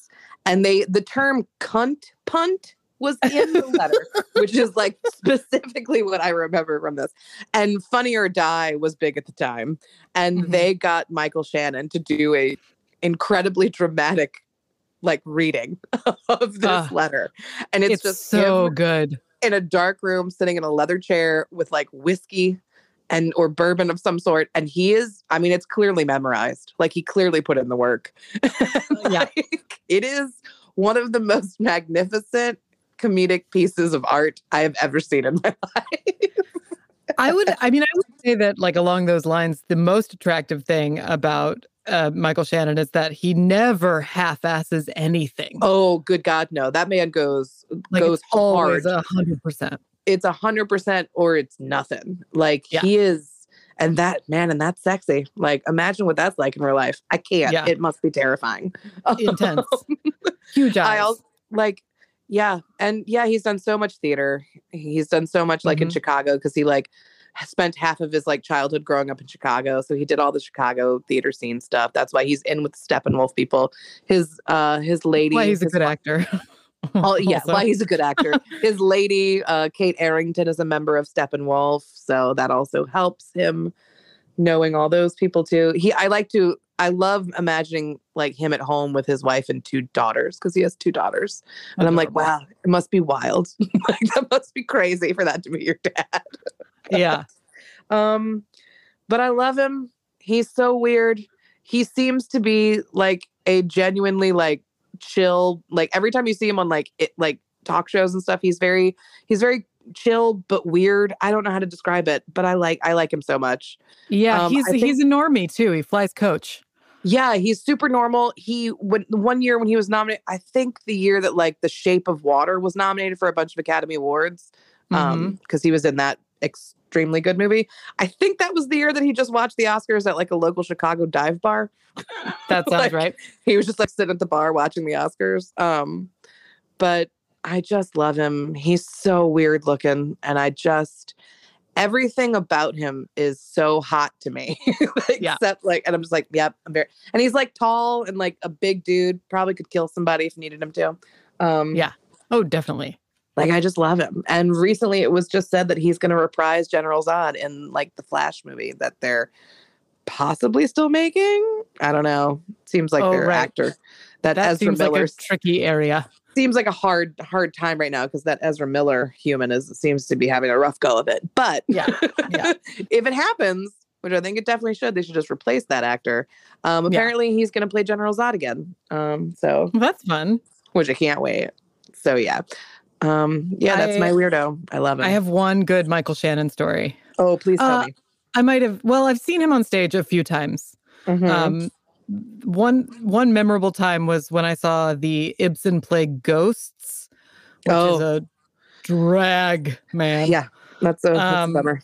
[SPEAKER 4] and they the term cunt punt was in the letter which is like specifically what i remember from this and funny or die was big at the time and
[SPEAKER 3] Mhm.
[SPEAKER 4] they got michael shannon to do a incredibly dramatic like reading of this
[SPEAKER 3] Ah.
[SPEAKER 4] letter and it's,
[SPEAKER 3] It's,
[SPEAKER 4] just
[SPEAKER 3] so
[SPEAKER 4] him
[SPEAKER 3] good.
[SPEAKER 4] in a dark room sitting in a leather chair with like whiskey and or bourbon of some sort and he is i mean it's clearly memorized like he clearly put in the work Oh,
[SPEAKER 3] Yeah.
[SPEAKER 4] Like, it is one of the most magnificent comedic pieces of art i have ever seen in my
[SPEAKER 3] I would. I mean, I would say that, like along those lines, the most attractive thing about uh, Michael Shannon is that he never half-asses anything.
[SPEAKER 4] oh good god no that man goes
[SPEAKER 3] like
[SPEAKER 4] goes
[SPEAKER 3] it's always
[SPEAKER 4] hard.
[SPEAKER 3] a hundred percent.
[SPEAKER 4] it's a hundred percent or it's nothing like
[SPEAKER 3] Yeah.
[SPEAKER 4] he is and that man and that's sexy like imagine what that's like in real life i can't
[SPEAKER 3] Yeah.
[SPEAKER 4] it must be terrifying
[SPEAKER 3] Intense, huge eyes.
[SPEAKER 4] I also like, yeah, and yeah, he's done so much theater. He's done so much like in
[SPEAKER 3] Mhm.
[SPEAKER 4] Chicago because he like spent half of his like childhood growing up in Chicago. So he did all the Chicago theater scene stuff. That's why he's in with Steppenwolf people. His uh his lady.
[SPEAKER 3] Why he's a
[SPEAKER 4] his-
[SPEAKER 3] good actor.
[SPEAKER 4] Oh yeah,
[SPEAKER 3] Also.
[SPEAKER 4] why he's a good actor. His lady, uh, Kate Arrington, is a member of Steppenwolf, so that also helps him knowing all those people too. He, I like to, I love imagining like him at home with his wife and two daughters because he has two daughters, and I'm like,
[SPEAKER 3] Adorable.
[SPEAKER 4] wow, it must be wild. like that must be crazy for that to be your dad.
[SPEAKER 3] yeah,
[SPEAKER 4] Um, but I love him. He's so weird. He seems to be like a genuinely like chill. Like every time you see him on like it like talk shows and stuff, he's very he's very chill but weird. I don't know how to describe it, but I like I like him so much.
[SPEAKER 3] yeah.
[SPEAKER 4] Um,
[SPEAKER 3] he's
[SPEAKER 4] I think-
[SPEAKER 3] he's a normie too. He flies coach.
[SPEAKER 4] Yeah, he's super normal. He when the one year when he was nominated, I think the year that like The Shape of Water Um, was nominated for a bunch of Academy Awards,
[SPEAKER 3] Mhm.
[SPEAKER 4] um, because he was in that ex- extremely good movie. I think that was the year that he just watched the Oscars at like a local Chicago dive bar.
[SPEAKER 3] That sounds
[SPEAKER 4] Like-
[SPEAKER 3] right.
[SPEAKER 4] He was just like sitting at the bar watching the Oscars. Um, but I just love him. He's so weird looking, and I just everything about him is so hot to me. Like,
[SPEAKER 3] Yeah.
[SPEAKER 4] Except like, and I'm just like, yep, I'm very. And he's like tall and like a big dude. Probably could kill somebody if needed him to. Um,
[SPEAKER 3] Yeah. Oh, definitely.
[SPEAKER 4] like I just love him. And recently it was just said that he's going to reprise General Zod in like the Flash movie that they're possibly still making. I don't know. Seems like
[SPEAKER 3] Oh,
[SPEAKER 4] their
[SPEAKER 3] right.
[SPEAKER 4] actor that,
[SPEAKER 3] That
[SPEAKER 4] Ezra
[SPEAKER 3] seems like
[SPEAKER 4] Miller
[SPEAKER 3] a tricky area.
[SPEAKER 4] seems like a hard hard time right now because that Ezra Miller human is seems to be having a rough go of it. But
[SPEAKER 3] Yeah. Yeah.
[SPEAKER 4] if it happens, which I think it definitely should, they should just replace that actor. Um
[SPEAKER 3] Yeah.
[SPEAKER 4] apparently he's going to play General Zod again. Um so
[SPEAKER 3] Well, that's fun.
[SPEAKER 4] which I can't wait. So yeah. Um yeah, that's
[SPEAKER 3] I-
[SPEAKER 4] my weirdo. I love him.
[SPEAKER 3] I have one good Michael Shannon story.
[SPEAKER 4] Oh, please tell
[SPEAKER 3] Uh,
[SPEAKER 4] me.
[SPEAKER 3] I might have, well, I've seen him on stage a few times.
[SPEAKER 4] Mm-hmm. Hmm.
[SPEAKER 3] Um, one one memorable time was when I saw the Ibsen play Ghosts, which is
[SPEAKER 4] Oh.
[SPEAKER 3] a drag, man.
[SPEAKER 4] yeah, that's a, that's
[SPEAKER 3] um,
[SPEAKER 4] a bummer.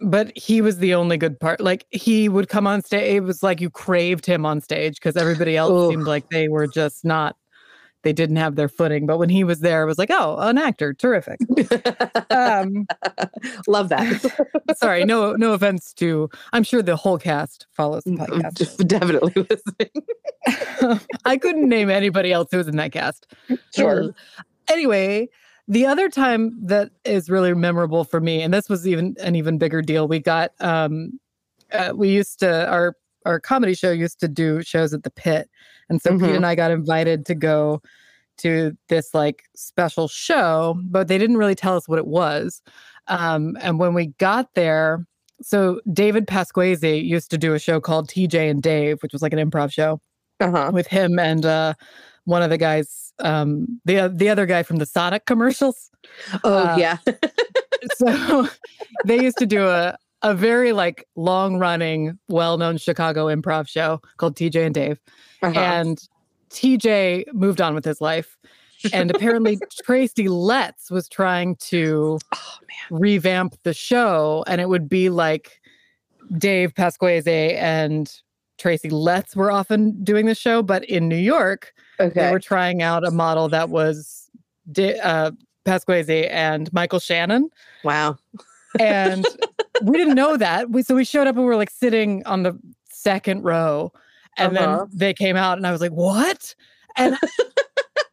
[SPEAKER 3] But he was the only good part. Like he would come on stage. It was like you craved him on stage because everybody else
[SPEAKER 4] Oof.
[SPEAKER 3] seemed like they were just not. They didn't have their footing. But when he was there, it was like, oh, an actor, terrific. um,
[SPEAKER 4] Love that.
[SPEAKER 3] sorry, no, no offense to. I'm sure the whole cast follows
[SPEAKER 4] Mm,
[SPEAKER 3] the podcast.
[SPEAKER 4] Just Definitely listening.
[SPEAKER 3] I couldn't name anybody else who was in that cast.
[SPEAKER 4] Sure.
[SPEAKER 3] Ugh. Anyway, the other time that is really memorable for me, and this was even an even bigger deal, we got um uh, we used to our our comedy show used to do shows at the pit. And so Pete
[SPEAKER 4] Mhm.
[SPEAKER 3] and I got invited to go to this like special show, but they didn't really tell us what it was. Um, and when we got there, so David Pasquazi used to do a show called TJ and Dave, which was like an improv show
[SPEAKER 4] Uh huh.
[SPEAKER 3] with him and uh, one of the guys, um, the the other guy from the Sonic commercials.
[SPEAKER 4] Oh
[SPEAKER 3] Uh,
[SPEAKER 4] yeah.
[SPEAKER 3] So they used to do a a very like long running, well known Chicago improv show called TJ and Dave,
[SPEAKER 4] Uh-huh.
[SPEAKER 3] and TJ moved on with his life, and apparently Tracy Letts was trying to
[SPEAKER 4] Oh,
[SPEAKER 3] revamp the show, and it would be like Dave Pasquaze and. Tracy Letts were often doing the show, but in New York,
[SPEAKER 4] okay.
[SPEAKER 3] they were trying out a model that was di- uh, Pasquazi and Michael Shannon,
[SPEAKER 4] wow.
[SPEAKER 3] and we didn't know that. We so we showed up and we were like sitting on the second row, and then
[SPEAKER 4] Uh-huh.
[SPEAKER 3] they came out, and I was like, "What?" And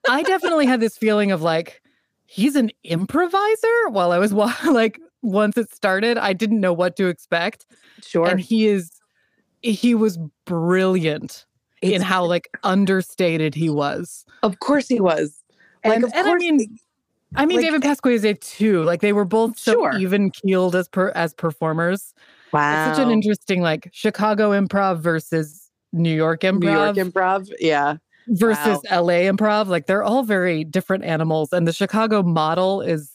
[SPEAKER 3] I definitely had this feeling of like, he's an improviser. While I was wa- like, once it started, I didn't know what to expect,
[SPEAKER 4] Sure.
[SPEAKER 3] and he is, he was brilliant in
[SPEAKER 4] It's-
[SPEAKER 3] how like understated he was.
[SPEAKER 4] of course he was. Like,
[SPEAKER 3] and,
[SPEAKER 4] of
[SPEAKER 3] and I
[SPEAKER 4] course
[SPEAKER 3] mean, I mean
[SPEAKER 4] like-
[SPEAKER 3] David Pasquaze too. Like they were both so
[SPEAKER 4] Sure.
[SPEAKER 3] even keeled as per, as performers.
[SPEAKER 4] Wow.
[SPEAKER 3] It's such an interesting like Chicago improv versus New York improv
[SPEAKER 4] New York improv. Yeah.
[SPEAKER 3] versus LA improv. Like they're all very different animals, and the Chicago model is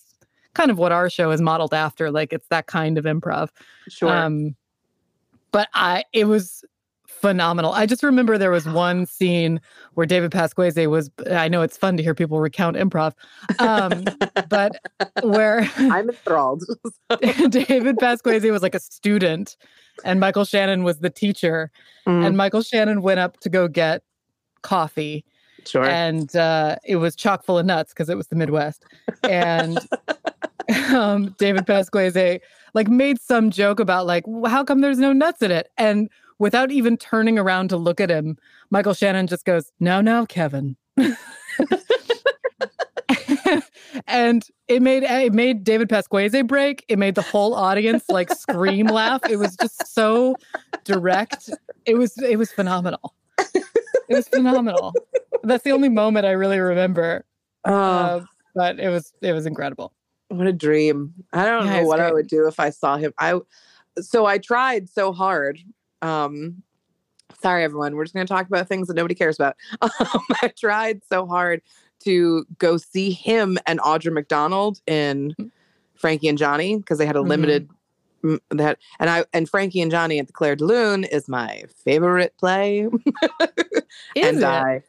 [SPEAKER 3] kind of what our show is modeled after. Like it's that kind of improv.
[SPEAKER 4] Sure.
[SPEAKER 3] Um, but I, it was phenomenal. I just remember there was one scene where David Pasquaze was. I know it's fun to hear people recount improv, um, but where
[SPEAKER 4] I'm enthralled.
[SPEAKER 3] David Pasquaze was like a student, and Michael Shannon was the teacher,
[SPEAKER 4] Mm,
[SPEAKER 3] and Michael Shannon went up to go get coffee
[SPEAKER 4] Mm, sure.
[SPEAKER 3] and uh, it was chock full of nuts because it was the Midwest. And um, David Pasquaze like made some joke about like "W- how come there's no nuts in it, and without even turning around to look at him, Michael Shannon just goes, "No, no, Kevin." and it made eh, it made David Pasquaze break. It made the whole audience like scream laugh. It was just so direct. It was it was phenomenal. It was phenomenal. That's the only moment I really remember.
[SPEAKER 4] oh,
[SPEAKER 3] Uh, but it was it was incredible.
[SPEAKER 4] what a dream. I don't
[SPEAKER 3] yeah,
[SPEAKER 4] know
[SPEAKER 3] it's
[SPEAKER 4] what I
[SPEAKER 3] great.
[SPEAKER 4] would do if I saw him. I so I tried so hard. Um sorry everyone, we're just gonna talk about things that nobody cares about. Um, I tried so hard to go see him and Audra McDonald in
[SPEAKER 3] Hmm.
[SPEAKER 4] Frankie and Johnny because they had a
[SPEAKER 3] Mhm.
[SPEAKER 4] limited mm, that and I and Frankie and Johnny at the Claire de Lune is my favorite play. and
[SPEAKER 3] Is it?
[SPEAKER 4] I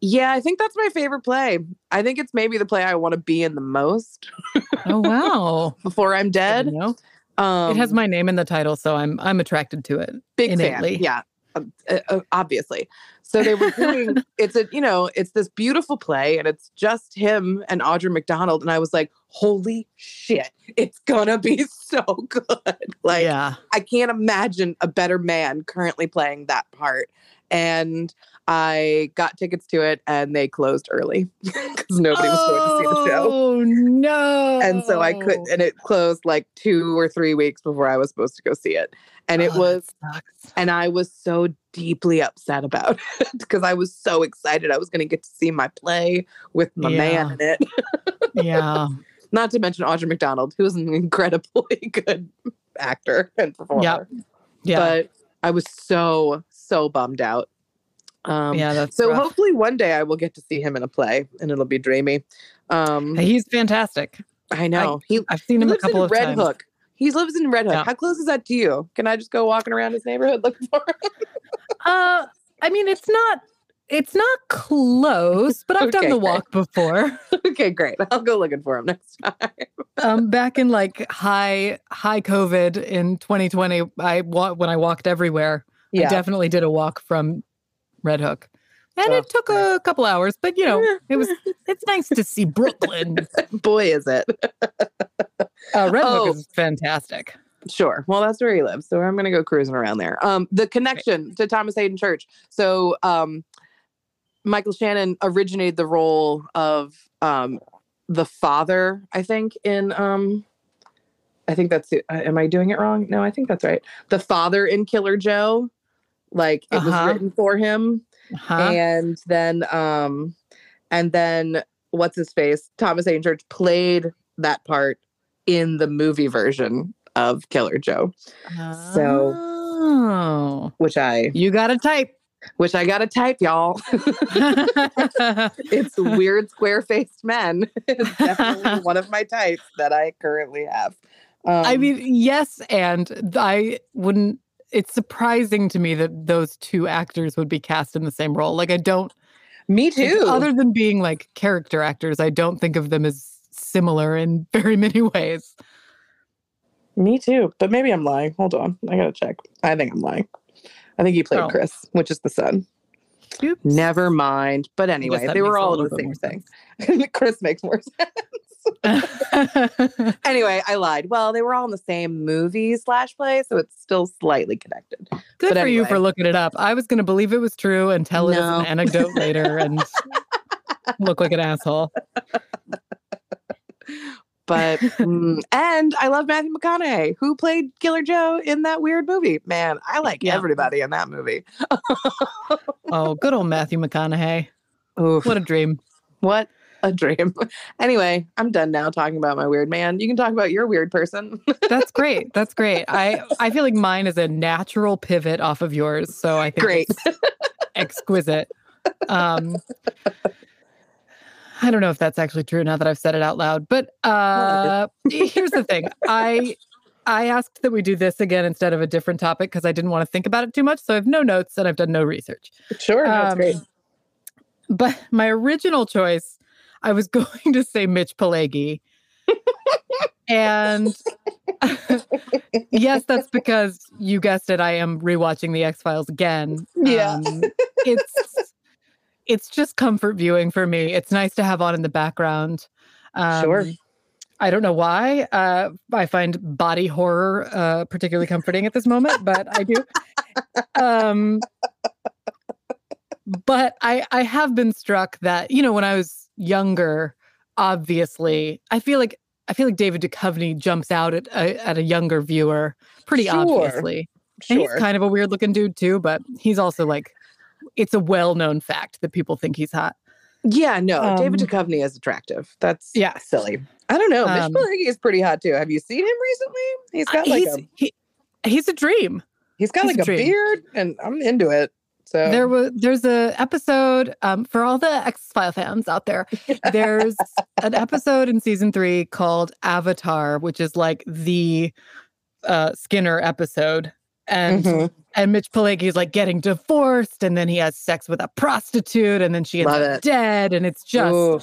[SPEAKER 4] yeah, I think that's my favorite play. I think it's maybe the play I want to be in the most
[SPEAKER 3] Oh wow.
[SPEAKER 4] before I'm dead.
[SPEAKER 3] No.
[SPEAKER 4] Um,
[SPEAKER 3] it has my name in the title, so I'm I'm attracted to it.
[SPEAKER 4] big
[SPEAKER 3] innately.
[SPEAKER 4] fan. Yeah, Um, uh, uh, obviously. So they were doing. it's a you know it's this beautiful play, and it's just him and Audra McDonald, and I was like, holy shit, it's gonna be so good. Like
[SPEAKER 3] yeah.
[SPEAKER 4] I can't imagine a better man currently playing that part. And I got tickets to it, and they closed early because nobody was going to see the show.
[SPEAKER 3] Oh no.
[SPEAKER 4] and so I couldn't. And it closed like two or three weeks before I was supposed to go see it. And it
[SPEAKER 3] Oh, that
[SPEAKER 4] was,
[SPEAKER 3] sucks.
[SPEAKER 4] and I was so deeply upset about it because I was so excited. I was going to get to see my play with my man in it.
[SPEAKER 3] yeah.
[SPEAKER 4] Not to mention Audra McDonald, who is an incredibly good actor and performer.
[SPEAKER 3] Yeah.
[SPEAKER 4] But I was so so bummed out. Um,
[SPEAKER 3] yeah, that's
[SPEAKER 4] So
[SPEAKER 3] rough.
[SPEAKER 4] hopefully one day I will get to see him in a play, and it'll be dreamy. Um,
[SPEAKER 3] he's fantastic.
[SPEAKER 4] I know he
[SPEAKER 3] I've seen
[SPEAKER 4] He
[SPEAKER 3] him a
[SPEAKER 4] lives
[SPEAKER 3] couple
[SPEAKER 4] in
[SPEAKER 3] of
[SPEAKER 4] Red
[SPEAKER 3] times.
[SPEAKER 4] Hook. He lives in Red Hook.
[SPEAKER 3] Yeah.
[SPEAKER 4] How close is that to you? Can I just go walking around his neighborhood looking for him?
[SPEAKER 3] Uh, I mean, it's not it's not close, but I've done
[SPEAKER 4] Okay,
[SPEAKER 3] the
[SPEAKER 4] great.
[SPEAKER 3] walk before.
[SPEAKER 4] okay, great. I'll go looking for him next time.
[SPEAKER 3] Um, back in like high high COVID in 2020, I wa- when I walked everywhere, I definitely did a walk from Red Hook, and
[SPEAKER 4] Oh,
[SPEAKER 3] it took a couple hours. But you know, it was it's nice to see Brooklyn.
[SPEAKER 4] Eh, boy is it.
[SPEAKER 3] Uh, Red
[SPEAKER 4] Oh.
[SPEAKER 3] Hook is fantastic.
[SPEAKER 4] Sure. Well, that's where he lives. So I'm going to go cruising around there. Um, the connection to Thomas Hayden Church. So um, Michael Shannon originated the role of um, the father, I think, in. Um, I think that's. it. Uh, Am I doing it wrong? No, I think that's right. The father in Killer Joe. Like it
[SPEAKER 3] Uh-huh.
[SPEAKER 4] was written for him.
[SPEAKER 3] Huh?
[SPEAKER 4] and then um and then what's his face thomas Hayden Church played that part in the movie version of killer joe so-
[SPEAKER 3] Oh.
[SPEAKER 4] which i
[SPEAKER 3] you got a type.
[SPEAKER 4] which i gotta type y'all it's weird square-faced men it's definitely one of my types that i currently have um,
[SPEAKER 3] I mean, yes, and th- I wouldn't. It's surprising to me that those two actors would be cast in the same role. Like, I don't,
[SPEAKER 4] me too
[SPEAKER 3] other than being like character actors, I don't think of them as similar in very many ways.
[SPEAKER 4] me too but maybe i'm lying hold on i gotta check i think i'm lying i think he played
[SPEAKER 3] Oh.
[SPEAKER 4] chris which is the son
[SPEAKER 3] Oops.
[SPEAKER 4] never mind but
[SPEAKER 3] I guess
[SPEAKER 4] anyway
[SPEAKER 3] that
[SPEAKER 4] they were
[SPEAKER 3] makes a
[SPEAKER 4] all
[SPEAKER 3] little
[SPEAKER 4] the
[SPEAKER 3] bit
[SPEAKER 4] same
[SPEAKER 3] more
[SPEAKER 4] thing chris makes more sense
[SPEAKER 3] sense.
[SPEAKER 4] Anyway, I lied. Well, they were all in the same movie slash play, so it's still slightly connected.
[SPEAKER 3] Good for
[SPEAKER 4] But
[SPEAKER 3] you for
[SPEAKER 4] anyway.
[SPEAKER 3] looking it up. I was going to believe it was true and tell it as
[SPEAKER 4] No.
[SPEAKER 3] an anecdote later and look like an asshole.
[SPEAKER 4] But mm, and I love Matthew McConaughey, who played Killer Joe in that weird movie. Man, I like
[SPEAKER 3] Yeah.
[SPEAKER 4] everybody in that movie.
[SPEAKER 3] Oh, good old Matthew McConaughey.
[SPEAKER 4] Oof,
[SPEAKER 3] What a dream.
[SPEAKER 4] what a dream. anyway, I'm done now talking about my weird man. You can talk about your weird person.
[SPEAKER 3] That's great. That's great. I I feel like mine is a natural pivot off of yours, so I think
[SPEAKER 4] Great.
[SPEAKER 3] it's exquisite. Um, I don't know if that's actually true now that I've said it out loud, but uh, here's the thing: I I asked that we do this again instead of a different topic because I didn't want to think about it too much. So I have no notes and I've done no research.
[SPEAKER 4] sure,
[SPEAKER 3] Um, But my original choice, I was going to say Mitch Pelegi. and yes, that's because you guessed it. I am rewatching The X Files again.
[SPEAKER 4] Yeah.
[SPEAKER 3] Um, it's it's just comfort viewing for me. It's nice to have on in the background. Um,
[SPEAKER 4] Sure.
[SPEAKER 3] I don't know why. Uh, I find body horror uh, particularly comforting at this moment, but I do. Um, but I I have been struck that you know when I was younger, obviously I feel like I feel like David Duchovny jumps out at a, at a younger viewer pretty
[SPEAKER 4] Sure.
[SPEAKER 3] obviously. And he's
[SPEAKER 4] Sure.
[SPEAKER 3] kind of a weird looking dude too, but he's also like it's a well known fact that people think he's hot.
[SPEAKER 4] yeah, no, David
[SPEAKER 3] um,
[SPEAKER 4] Duchovny is attractive. That's
[SPEAKER 3] Yeah.
[SPEAKER 4] silly. I don't know.
[SPEAKER 3] Um,
[SPEAKER 4] Mitch Pileggi is pretty hot too. Have you seen him recently? He's got like
[SPEAKER 3] he's,
[SPEAKER 4] a
[SPEAKER 3] he, he's a dream.
[SPEAKER 4] He's got
[SPEAKER 3] He's
[SPEAKER 4] like
[SPEAKER 3] a
[SPEAKER 4] a,
[SPEAKER 3] dream.
[SPEAKER 4] beard, and I'm into it. So
[SPEAKER 3] There was there's a episode um, for all the X File fans out there. There's an episode in season three called Avatar, which is like the uh, Skinner episode, and
[SPEAKER 4] Mhm.
[SPEAKER 3] and Mitch Pileggi is like getting divorced, and then he has sex with a prostitute, and then she ends
[SPEAKER 4] Love
[SPEAKER 3] up
[SPEAKER 4] it.
[SPEAKER 3] dead, and it's just
[SPEAKER 4] Ooh,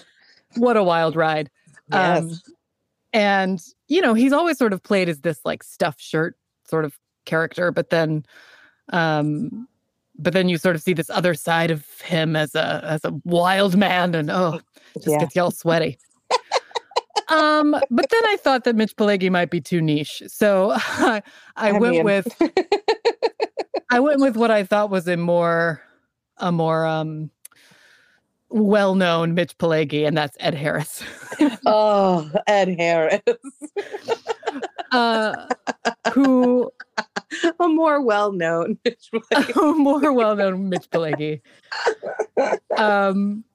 [SPEAKER 3] what a wild ride.
[SPEAKER 4] yes.
[SPEAKER 3] and you know, he's always sort of played as this like stuffed shirt sort of character, but then um but then you sort of see this other side of him as a as a wild man and oh just
[SPEAKER 4] Yeah.
[SPEAKER 3] gets you all sweaty. um but then I thought that Mitch Pelegi might be too niche. So I,
[SPEAKER 4] I
[SPEAKER 3] went
[SPEAKER 4] mean-
[SPEAKER 3] with I went with what I thought was a more a more um well-known Mitch Pelegi and that's Ed Harris.
[SPEAKER 4] Oh, Ed Harris.
[SPEAKER 3] uh who
[SPEAKER 4] A more well known.
[SPEAKER 3] a more well-known Mitch Pileggi. Um,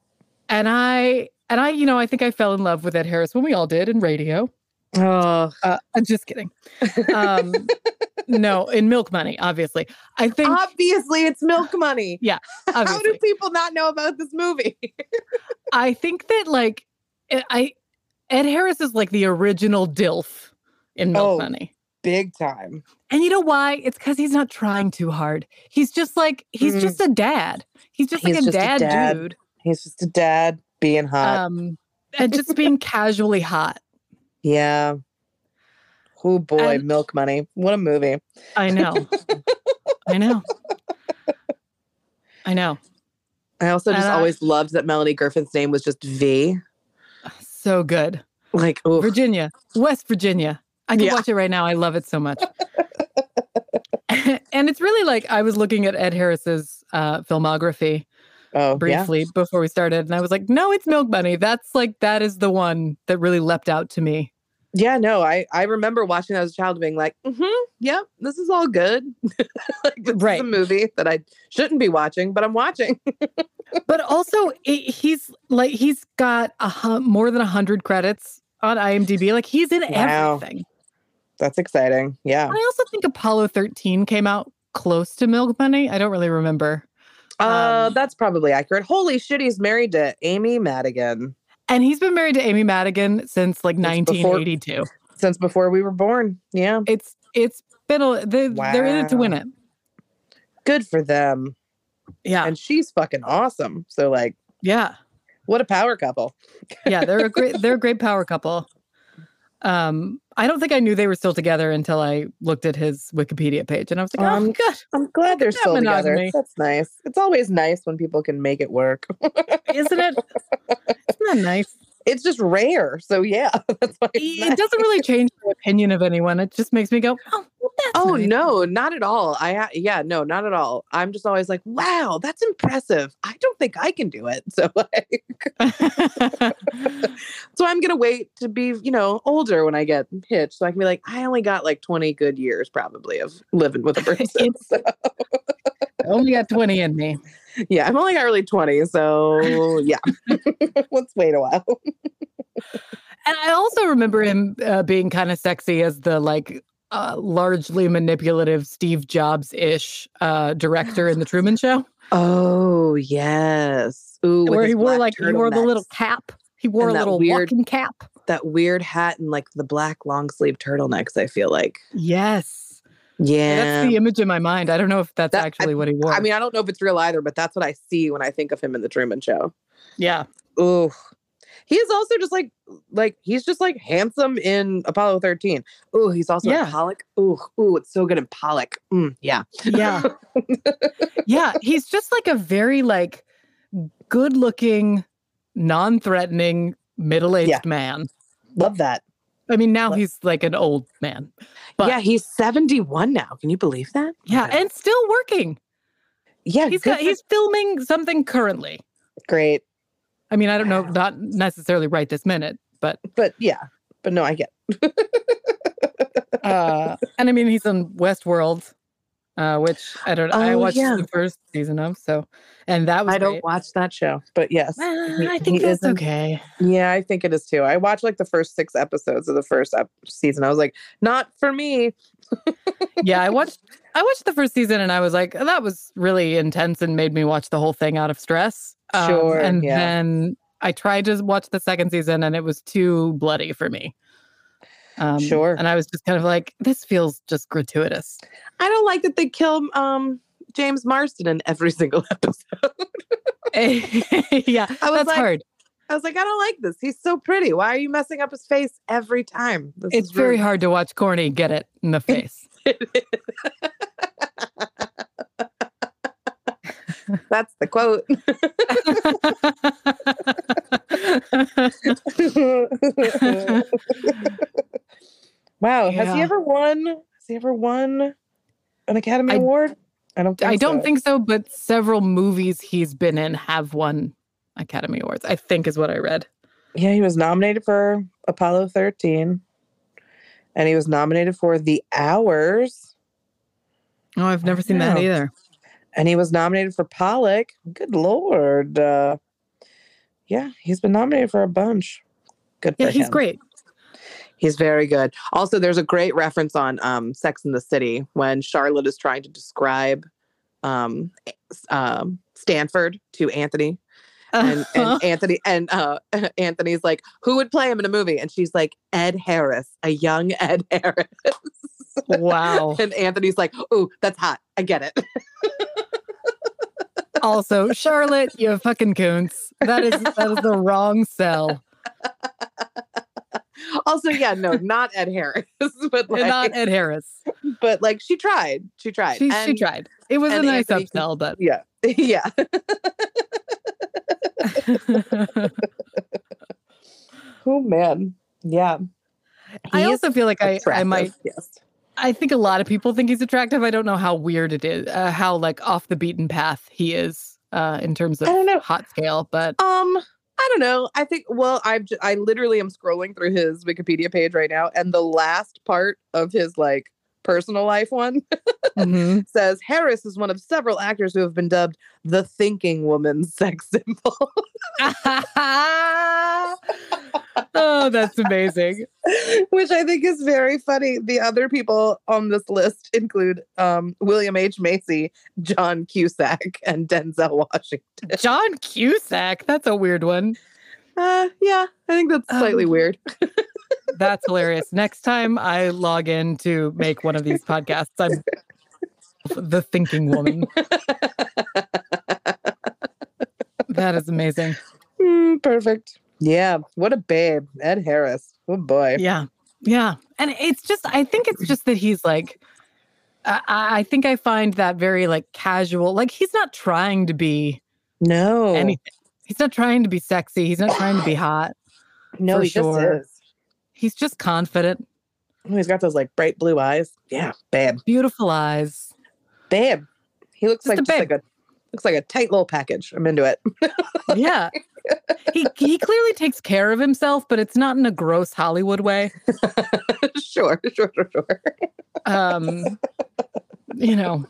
[SPEAKER 3] and I and I, you know, I think I fell in love with Ed Harris when we all did in radio.
[SPEAKER 4] oh,
[SPEAKER 3] Uh, I'm just kidding. Um, no, in Milk Money, obviously. I think
[SPEAKER 4] obviously, it's milk money. How do
[SPEAKER 3] obviously.
[SPEAKER 4] people not know about this movie?
[SPEAKER 3] I think that like I- I Ed Harris is like the original DILF in Milk
[SPEAKER 4] Oh.
[SPEAKER 3] Money.
[SPEAKER 4] Big time.
[SPEAKER 3] And you know why? It's because he's not trying too hard. He's just like he's
[SPEAKER 4] Mm.
[SPEAKER 3] just a dad. He's just like
[SPEAKER 4] He's
[SPEAKER 3] a,
[SPEAKER 4] just a
[SPEAKER 3] dad
[SPEAKER 4] dad.
[SPEAKER 3] dude.
[SPEAKER 4] He's just a dad being hot.
[SPEAKER 3] um, and just being casually hot.
[SPEAKER 4] yeah. Oh boy,
[SPEAKER 3] and-
[SPEAKER 4] milk money. What a movie.
[SPEAKER 3] I know. I know. I know.
[SPEAKER 4] I also just
[SPEAKER 3] And I-
[SPEAKER 4] always loved that Melanie Griffin's name was just V.
[SPEAKER 3] So good.
[SPEAKER 4] Like, oh,
[SPEAKER 3] Virginia, West Virginia. I can
[SPEAKER 4] Yeah.
[SPEAKER 3] watch it right now. I love it so much. and it's really like I was looking at Ed Harris's uh, filmography
[SPEAKER 4] oh yeah.
[SPEAKER 3] briefly before we started, and I was like, no, it's Milk Money. That's like, that is the one that really leapt out to me.
[SPEAKER 4] Yeah, no, I, I remember watching that as a child being like, mm-hmm, yeah, this is all good. like, this is
[SPEAKER 3] Right.
[SPEAKER 4] a movie that I shouldn't be watching, but I'm watching.
[SPEAKER 3] But also, it, he's like, he's got a hun- more than 100 credits on IMDb. Like, he's in
[SPEAKER 4] Wow.
[SPEAKER 3] everything.
[SPEAKER 4] That's exciting. Yeah.
[SPEAKER 3] I also think Apollo 13 came out close to Milk Money. I don't really remember.
[SPEAKER 4] Uh,
[SPEAKER 3] Um,
[SPEAKER 4] that's probably accurate. Holy shit, he's married to Amy Madigan
[SPEAKER 3] And he's been married to Amy Madigan since like
[SPEAKER 4] Since before-
[SPEAKER 3] 1982.
[SPEAKER 4] since before we were born. Yeah.
[SPEAKER 3] It's it's been a they, they're in it to win
[SPEAKER 4] Wow.
[SPEAKER 3] it.
[SPEAKER 4] Good for them.
[SPEAKER 3] Yeah.
[SPEAKER 4] And she's fucking awesome. So, like,
[SPEAKER 3] Yeah.
[SPEAKER 4] what a power couple.
[SPEAKER 3] Yeah, they're a great they're a great power couple. Um I don't think I knew they were still together until I looked at his Wikipedia page and I was like, "Oh
[SPEAKER 4] Um,
[SPEAKER 3] god,
[SPEAKER 4] I'm glad they're
[SPEAKER 3] that
[SPEAKER 4] still together.
[SPEAKER 3] monogamy.
[SPEAKER 4] That's nice. It's always nice when people can make it work.
[SPEAKER 3] isn't it Isn't that nice?
[SPEAKER 4] It's just rare. So, yeah. That's why it's
[SPEAKER 3] It doesn't really change my opinion of anyone. It just makes me go, "Oh, well, that's
[SPEAKER 4] Oh
[SPEAKER 3] nice."
[SPEAKER 4] no, not at all. I ha- yeah, no, not at all. I'm just always like, wow, that's impressive. I don't think I can do it. So like, so I'm gonna wait to be you know older when I get hitched, so I can be like, I only got like 20 good years probably of living with a person.
[SPEAKER 3] It's-
[SPEAKER 4] So,
[SPEAKER 3] I only got 20 in me.
[SPEAKER 4] yeah, I'm only got really 20. So yeah, let's wait a while.
[SPEAKER 3] And I also remember him uh, being kind of sexy as the like uh, largely manipulative Steve Jobs ish uh, director in the Truman Show,
[SPEAKER 4] Oh yes, ooh, with
[SPEAKER 3] where
[SPEAKER 4] his
[SPEAKER 3] he wore
[SPEAKER 4] black
[SPEAKER 3] like he wore the
[SPEAKER 4] turtleneck,
[SPEAKER 3] little cap. He wore
[SPEAKER 4] And
[SPEAKER 3] a
[SPEAKER 4] that
[SPEAKER 3] little
[SPEAKER 4] weird-
[SPEAKER 3] walking cap.
[SPEAKER 4] that weird hat and like the black long sleeve turtlenecks. I feel like
[SPEAKER 3] Yes,
[SPEAKER 4] yeah,
[SPEAKER 3] that's the image in my mind. I don't know if that's
[SPEAKER 4] That- I-
[SPEAKER 3] actually what he wore.
[SPEAKER 4] I mean, I don't know if it's real either, but that's what I see when I think of him in the Truman Show.
[SPEAKER 3] yeah,
[SPEAKER 4] Ooh. He is also just like like he's just like handsome in Apollo 13. Ooh, he's also in
[SPEAKER 3] Yeah.
[SPEAKER 4] Pollock. Ooh, ooh, it's so good in Pollock. Mm, yeah.
[SPEAKER 3] yeah, yeah. He's just like a very like good looking, non threatening middle aged
[SPEAKER 4] Yeah.
[SPEAKER 3] man.
[SPEAKER 4] Love that.
[SPEAKER 3] I mean, now
[SPEAKER 4] But-
[SPEAKER 3] he's like an old man. But-
[SPEAKER 4] yeah, he's 71 now. Can you believe that?
[SPEAKER 3] Yeah, and still working.
[SPEAKER 4] yeah,
[SPEAKER 3] he's
[SPEAKER 4] good
[SPEAKER 3] got,
[SPEAKER 4] for-
[SPEAKER 3] he's filming something currently.
[SPEAKER 4] great.
[SPEAKER 3] I mean, I don't know,
[SPEAKER 4] Wow.
[SPEAKER 3] not necessarily right this minute, but
[SPEAKER 4] But yeah, but no, I get
[SPEAKER 3] uh and I mean he's on Westworld, uh, which I don't know. I
[SPEAKER 4] Oh,
[SPEAKER 3] watched
[SPEAKER 4] yeah.
[SPEAKER 3] the first season of, so and that was
[SPEAKER 4] I don't
[SPEAKER 3] great.
[SPEAKER 4] watch that show, but yes.
[SPEAKER 3] Ah,
[SPEAKER 4] he-
[SPEAKER 3] I think
[SPEAKER 4] he
[SPEAKER 3] that's
[SPEAKER 4] isn't-
[SPEAKER 3] okay.
[SPEAKER 4] Yeah, I think it is too. I watched like the first six episodes of the first ep- season. I was like, not for me.
[SPEAKER 3] yeah, I watched I watched the first season and I was like, that was really intense and made me watch the whole thing out of stress. Um,
[SPEAKER 4] Sure,
[SPEAKER 3] And
[SPEAKER 4] yeah.
[SPEAKER 3] then I tried to watch the second season and it was too bloody for me. Um,
[SPEAKER 4] Sure.
[SPEAKER 3] And I was just kind of like, this feels just gratuitous.
[SPEAKER 4] I don't like that they kill um James Marston in every single episode.
[SPEAKER 3] yeah,
[SPEAKER 4] was
[SPEAKER 3] that's
[SPEAKER 4] like,
[SPEAKER 3] hard.
[SPEAKER 4] I was like, I don't like this. He's so pretty. Why are you messing up his face every time? This
[SPEAKER 3] It's
[SPEAKER 4] is
[SPEAKER 3] very
[SPEAKER 4] rude."
[SPEAKER 3] hard to watch Corny get it in the face.
[SPEAKER 4] That's the quote. wow. Has he
[SPEAKER 3] Yeah.
[SPEAKER 4] ever won? Has he ever won an Academy
[SPEAKER 3] I-
[SPEAKER 4] Award? I don't. Think
[SPEAKER 3] I don't
[SPEAKER 4] so.
[SPEAKER 3] think so, but several movies he's been in have won Academy Awards, I think is what I read.
[SPEAKER 4] Yeah, he was nominated for Apollo 13, and he was nominated for The Hours,
[SPEAKER 3] Oh, I've never seen that
[SPEAKER 4] Wow.
[SPEAKER 3] either.
[SPEAKER 4] and he was nominated for Pollock. Good lord. Uh, yeah, he's been nominated for a bunch. Good.
[SPEAKER 3] Yeah,
[SPEAKER 4] for
[SPEAKER 3] he's
[SPEAKER 4] him.
[SPEAKER 3] great.
[SPEAKER 4] He's very good. Also, there's a great reference on um, Sex in the City when Charlotte is trying to describe um, s- um, Stanford to Anthony, and,
[SPEAKER 3] Uh-huh.
[SPEAKER 4] and Anthony and uh, Anthony's like, "Who would play him in a movie?" And she's like, "Ed Harris, a young Ed Harris."
[SPEAKER 3] wow.
[SPEAKER 4] and Anthony's like, "Ooh, that's hot. I get it."
[SPEAKER 3] Also, Charlotte, you fucking coons. That is that is the wrong sell.
[SPEAKER 4] also, yeah, no, not Ed Harris, but like,
[SPEAKER 3] And not Ed Harris.
[SPEAKER 4] but like she tried, she tried,
[SPEAKER 3] She, she
[SPEAKER 4] And-
[SPEAKER 3] tried. It was a
[SPEAKER 4] and
[SPEAKER 3] nice
[SPEAKER 4] Anthony-
[SPEAKER 3] upsell, but
[SPEAKER 4] Yeah, yeah. Oh man, yeah.
[SPEAKER 3] I
[SPEAKER 4] He's
[SPEAKER 3] also feel like I, I
[SPEAKER 4] attractive,
[SPEAKER 3] might
[SPEAKER 4] Yes.
[SPEAKER 3] I think a lot of people think he's attractive. I don't know how weird it is, uh, how like off the beaten path he is uh, in terms of
[SPEAKER 4] I don't know.
[SPEAKER 3] hot scale, but
[SPEAKER 4] Um, I don't know. I think. Well, I've j- I literally am scrolling through his Wikipedia page right now, and the last part of his like personal life one
[SPEAKER 3] Mm-hmm.
[SPEAKER 4] says Harris is one of several actors who have been dubbed the thinking woman's sex symbol.
[SPEAKER 3] oh, that's amazing.
[SPEAKER 4] which I think is very funny. The other people on this list include um, William H. Macy, John Cusack, and Denzel Washington.
[SPEAKER 3] John Cusack. That's a weird one.
[SPEAKER 4] Uh, yeah, I think that's slightly
[SPEAKER 3] Um,
[SPEAKER 4] weird.
[SPEAKER 3] That's hilarious. Next time I log in to make one of these podcasts, I'm the thinking woman. that is amazing. hmm,
[SPEAKER 4] Mm, perfect. Yeah, what a babe, Ed Harris. Oh boy.
[SPEAKER 3] Yeah. Yeah. And it's just, I think it's just that he's like, I, I I think I find that very like casual. Like he's not trying to be
[SPEAKER 4] No,
[SPEAKER 3] anything. He's not trying to be sexy. He's not trying to be hot.
[SPEAKER 4] no,
[SPEAKER 3] for
[SPEAKER 4] he just
[SPEAKER 3] sure.
[SPEAKER 4] is.
[SPEAKER 3] He's just confident,
[SPEAKER 4] Oh, He's got those like bright blue eyes. Yeah, babe,
[SPEAKER 3] beautiful eyes.
[SPEAKER 4] babe. He looks
[SPEAKER 3] Just a
[SPEAKER 4] like just like a looks like a tight little package. I'm into it.
[SPEAKER 3] Yeah. he he clearly takes care of himself, but it's not in a gross Hollywood way.
[SPEAKER 4] sure, sure, sure, sure.
[SPEAKER 3] Um you know,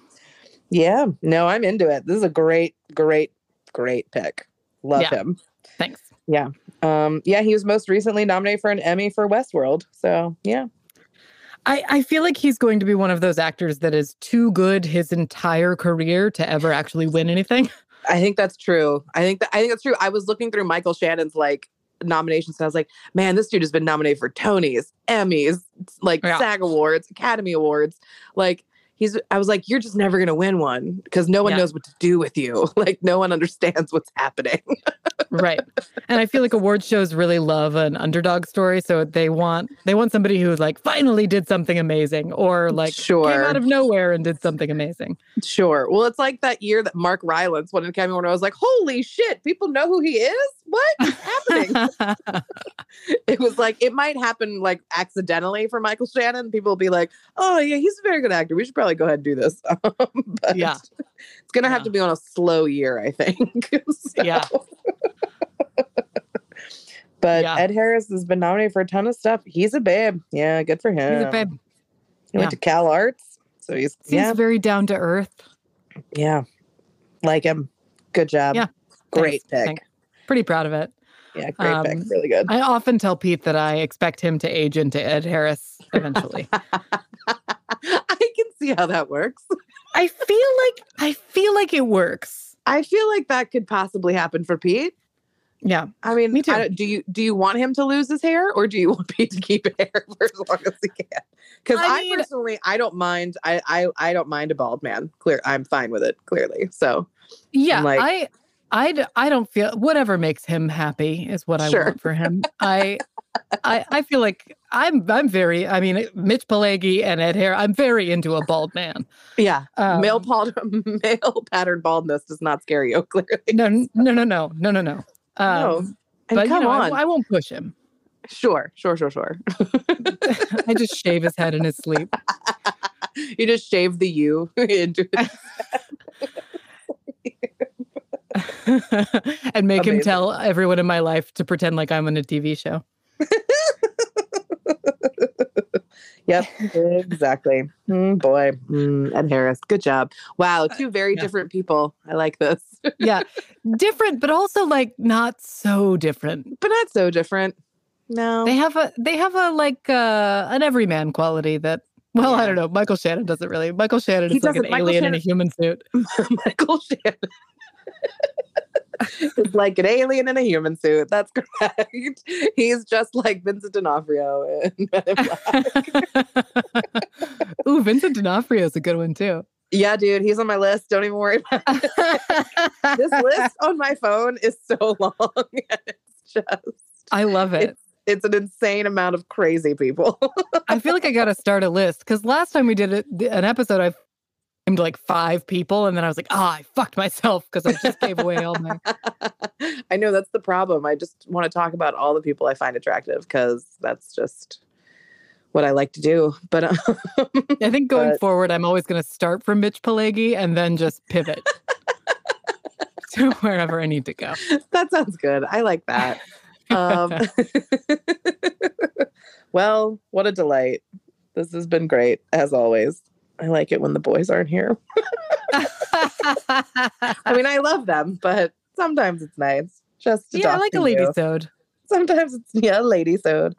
[SPEAKER 4] Yeah, no, I'm into it. This is a great, great, great pick. Love
[SPEAKER 3] Yeah.
[SPEAKER 4] him.
[SPEAKER 3] thanks.
[SPEAKER 4] Um, yeah, he was most recently nominated for an Emmy for Westworld. So yeah,
[SPEAKER 3] I, I feel like he's going to be one of those actors that is too good his entire career to ever actually win anything.
[SPEAKER 4] I think that's true. I think that I think that's true. I was looking through Michael Shannon's like nominations, and I was like, man, this dude has been nominated for Tonys, Emmys, like
[SPEAKER 3] Yeah.
[SPEAKER 4] SAG Awards, Academy Awards. Like he's, I was like, you're just never gonna win one because no one
[SPEAKER 3] Yeah.
[SPEAKER 4] knows what to do with you. Like no one understands what's happening.
[SPEAKER 3] right. And I feel like award shows really love an underdog story. So they want they want somebody who like finally did something amazing or like came
[SPEAKER 4] Sure.
[SPEAKER 3] out of nowhere and did something amazing.
[SPEAKER 4] Sure. Well, it's like that year that Mark Rylance won an Academy Award. I was like, "Holy shit! People know who he is. What is happening?" it was like it might happen like accidentally for Michael Shannon. People will be like, "Oh yeah, he's a very good actor. We should probably go ahead and do this." Um, but
[SPEAKER 3] Yeah.
[SPEAKER 4] it's gonna have
[SPEAKER 3] Yeah.
[SPEAKER 4] to be on a slow year, I think. So-
[SPEAKER 3] Yeah.
[SPEAKER 4] But
[SPEAKER 3] Yeah.
[SPEAKER 4] Ed Harris has been nominated for a ton of stuff. He's a babe. Yeah, good for him.
[SPEAKER 3] He's a babe.
[SPEAKER 4] He
[SPEAKER 3] Yeah.
[SPEAKER 4] went to Cal Arts, so he's
[SPEAKER 3] Seems
[SPEAKER 4] yeah,
[SPEAKER 3] very down to earth.
[SPEAKER 4] yeah, like him. Good job.
[SPEAKER 3] Yeah.
[SPEAKER 4] Great
[SPEAKER 3] Thanks.
[SPEAKER 4] pick.
[SPEAKER 3] Thank- Pretty proud of it.
[SPEAKER 4] Yeah, great pick.
[SPEAKER 3] Um,
[SPEAKER 4] Really good.
[SPEAKER 3] I often tell Pete that I expect him to age into Ed Harris eventually.
[SPEAKER 4] I can see how that works.
[SPEAKER 3] I feel like I feel like it works.
[SPEAKER 4] I feel like that could possibly happen for Pete.
[SPEAKER 3] Yeah.
[SPEAKER 4] I mean,
[SPEAKER 3] Me
[SPEAKER 4] I
[SPEAKER 3] too.
[SPEAKER 4] don't- do you do you want him to lose his hair, or do you want Pete to keep hair for as long as he can? Because
[SPEAKER 3] I
[SPEAKER 4] I,
[SPEAKER 3] mean-
[SPEAKER 4] personally, I don't mind. I, I I don't mind a bald man. Clear, I'm fine with it. Clearly, so
[SPEAKER 3] Yeah.
[SPEAKER 4] like-
[SPEAKER 3] I I, d- I don't feel whatever makes him happy is what I
[SPEAKER 4] Sure.
[SPEAKER 3] want for him. I, I I feel like I'm I'm very I mean Mitch Pelagi and Ed Hare I'm very into a bald man.
[SPEAKER 4] Yeah.
[SPEAKER 3] Um,
[SPEAKER 4] male, pal- male pattern baldness does not scare you, clearly.
[SPEAKER 3] No no no no no no no. Um,
[SPEAKER 4] No. Oh, And
[SPEAKER 3] but
[SPEAKER 4] come
[SPEAKER 3] you know, I-
[SPEAKER 4] on.
[SPEAKER 3] I, won't push him.
[SPEAKER 4] sure, sure, sure, sure.
[SPEAKER 3] I just shave his head in his sleep.
[SPEAKER 4] You just shave the U into
[SPEAKER 3] and make him
[SPEAKER 4] Amazing.
[SPEAKER 3] tell everyone in my life to pretend like I'm on a TV show.
[SPEAKER 4] Yep, exactly. Mm, boy, mm, Ed Harris, good job. Wow, two very
[SPEAKER 3] Uh, yeah.
[SPEAKER 4] different people. I like this, but
[SPEAKER 3] Yeah. different, but also like not so different.
[SPEAKER 4] not so different. No,
[SPEAKER 3] They have a they have a like uh an everyman quality that well, I
[SPEAKER 4] Yeah.
[SPEAKER 3] don't know. Michael Shannon doesn't really. Michael Shannon
[SPEAKER 4] He
[SPEAKER 3] is like an
[SPEAKER 4] doesn't. Michael
[SPEAKER 3] alien in a human suit.
[SPEAKER 4] Michael Shannon is like an alien in a human suit. That's correct. He's just like Vincent D'Onofrio. in Men in Black.
[SPEAKER 3] Ooh, Vincent D'Onofrio is a good one too.
[SPEAKER 4] yeah, dude, he's on my list. Don't even worry about it. This list on my phone is so long. and it's just,
[SPEAKER 3] I love it.
[SPEAKER 4] it's an insane amount of crazy people.
[SPEAKER 3] I feel like I got to start a list because last time we did it, th- an episode, I named like five people, and then I was like, ah, I fucked myself because I just gave away all my.
[SPEAKER 4] I know that's the problem. I just want to talk about all the people I find attractive because that's just what I like to do. But um,
[SPEAKER 3] I think going
[SPEAKER 4] But-
[SPEAKER 3] forward, I'm always going to start from Mitch Pelagi and then just pivot to wherever I need to go.
[SPEAKER 4] that sounds good. I like that. Um, well, what a delight. This has been great, as always. I like it when the boys aren't here. I mean, I love them, but sometimes it's nice just to
[SPEAKER 3] yeah, I
[SPEAKER 4] talk
[SPEAKER 3] like
[SPEAKER 4] to
[SPEAKER 3] a lady
[SPEAKER 4] you.
[SPEAKER 3] sode.
[SPEAKER 4] sometimes it's yeah, lady sewed.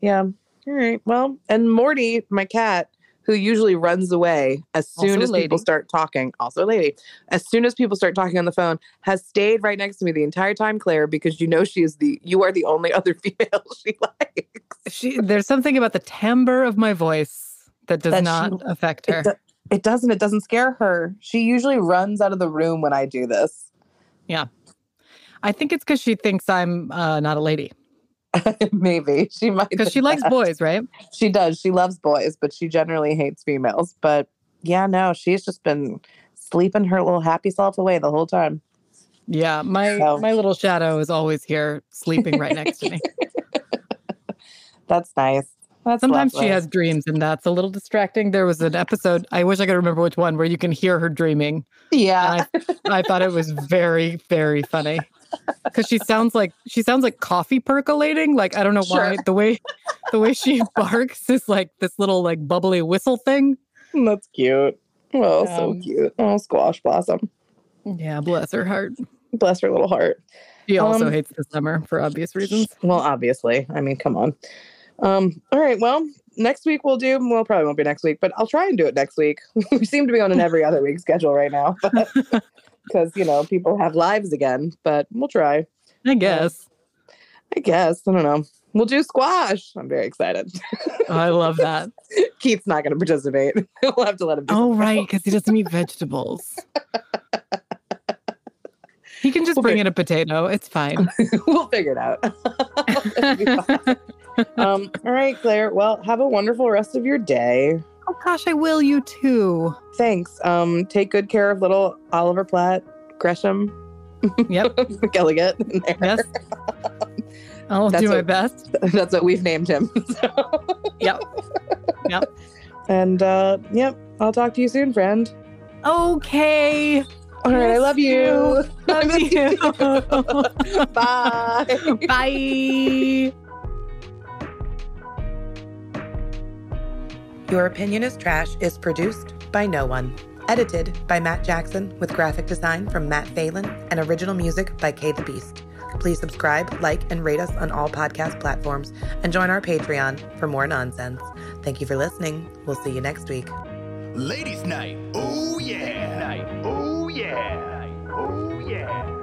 [SPEAKER 4] Yeah. All right. Well, and Morty, my cat, who usually runs away as
[SPEAKER 3] Also
[SPEAKER 4] soon
[SPEAKER 3] a
[SPEAKER 4] as people
[SPEAKER 3] lady.
[SPEAKER 4] start talking, also a lady, as soon as people start talking on the phone, has stayed right next to me the entire time, Claire, because you know she is the you are the only other female she likes.
[SPEAKER 3] She, there's something about the timbre of my voice that does
[SPEAKER 4] That she-
[SPEAKER 3] not affect her.
[SPEAKER 4] It, do- it doesn't. It doesn't scare her. She usually runs out of the room when I do this.
[SPEAKER 3] I think it's because she thinks I'm uh, not a lady
[SPEAKER 4] Maybe she might
[SPEAKER 3] because she
[SPEAKER 4] think
[SPEAKER 3] likes
[SPEAKER 4] that.
[SPEAKER 3] boys, right?
[SPEAKER 4] She does. She loves boys, but she generally hates females. But yeah, no, she's just been sleeping her little happy self away the whole time.
[SPEAKER 3] Yeah, my
[SPEAKER 4] So-
[SPEAKER 3] my little shadow is always here, sleeping right next to me.
[SPEAKER 4] That's nice. That's
[SPEAKER 3] Sometimes
[SPEAKER 4] lovely.
[SPEAKER 3] she has dreams, and that's a little distracting. There was an episode I wish I could remember which one where you can hear her dreaming.
[SPEAKER 4] Yeah.
[SPEAKER 3] And I, I thought it was very very funny because she sounds like she sounds like coffee percolating. Like I don't know why the way the way she barks is like this little like bubbly whistle thing.
[SPEAKER 4] That's cute. Well, so
[SPEAKER 3] Um,
[SPEAKER 4] cute. Oh, squash blossom.
[SPEAKER 3] Yeah, bless her heart.
[SPEAKER 4] Bless her little heart.
[SPEAKER 3] She also
[SPEAKER 4] Mm-hmm. Um,
[SPEAKER 3] hates the summer for obvious reasons.
[SPEAKER 4] Well, obviously. I mean, come on. Um, all right. Well, next week we'll do well, probably won't be next week, but I'll try and do it next week. we seem to be on an every other week schedule right now. Because, you know, people have lives again, but we'll try.
[SPEAKER 3] I guess
[SPEAKER 4] I guess. I don't know. We'll do squash. I'm very excited.
[SPEAKER 3] I love that.
[SPEAKER 4] Keith's not going to participate. we'll have to let him do
[SPEAKER 3] Oh, right, because he doesn't eat vegetables. he can just
[SPEAKER 4] We'll
[SPEAKER 3] bring
[SPEAKER 4] be-
[SPEAKER 3] in a potato. It's fine.
[SPEAKER 4] it. we'll figure it out. um, all right, Claire. Well, have a wonderful rest of your day.
[SPEAKER 3] oh gosh, I will you too.
[SPEAKER 4] Thanks. Um, take good care of little Oliver Platt, Gresham,
[SPEAKER 3] Yep.
[SPEAKER 4] Gilligan. and Aaron.
[SPEAKER 3] Yes. I'll
[SPEAKER 4] That's
[SPEAKER 3] do my
[SPEAKER 4] what-
[SPEAKER 3] best.
[SPEAKER 4] That's what we've named him. So.
[SPEAKER 3] Yep. Yep.
[SPEAKER 4] And uh, yep, I'll talk to you soon, friend.
[SPEAKER 3] Okay.
[SPEAKER 4] All right, I
[SPEAKER 3] Yes,
[SPEAKER 4] love you.
[SPEAKER 3] you. Love you.
[SPEAKER 4] Bye.
[SPEAKER 3] Bye.
[SPEAKER 5] Your Opinion is Trash is produced by no one. Edited by Matt Jackson with graphic design from Matt Phelan and original music by Kay the Beast. Please subscribe, like, and rate us on all podcast platforms and join our Patreon for more nonsense. Thank you for listening. We'll see you next week.
[SPEAKER 2] Ladies' night. Oh yeah. Night. Oh yeah. Oh yeah.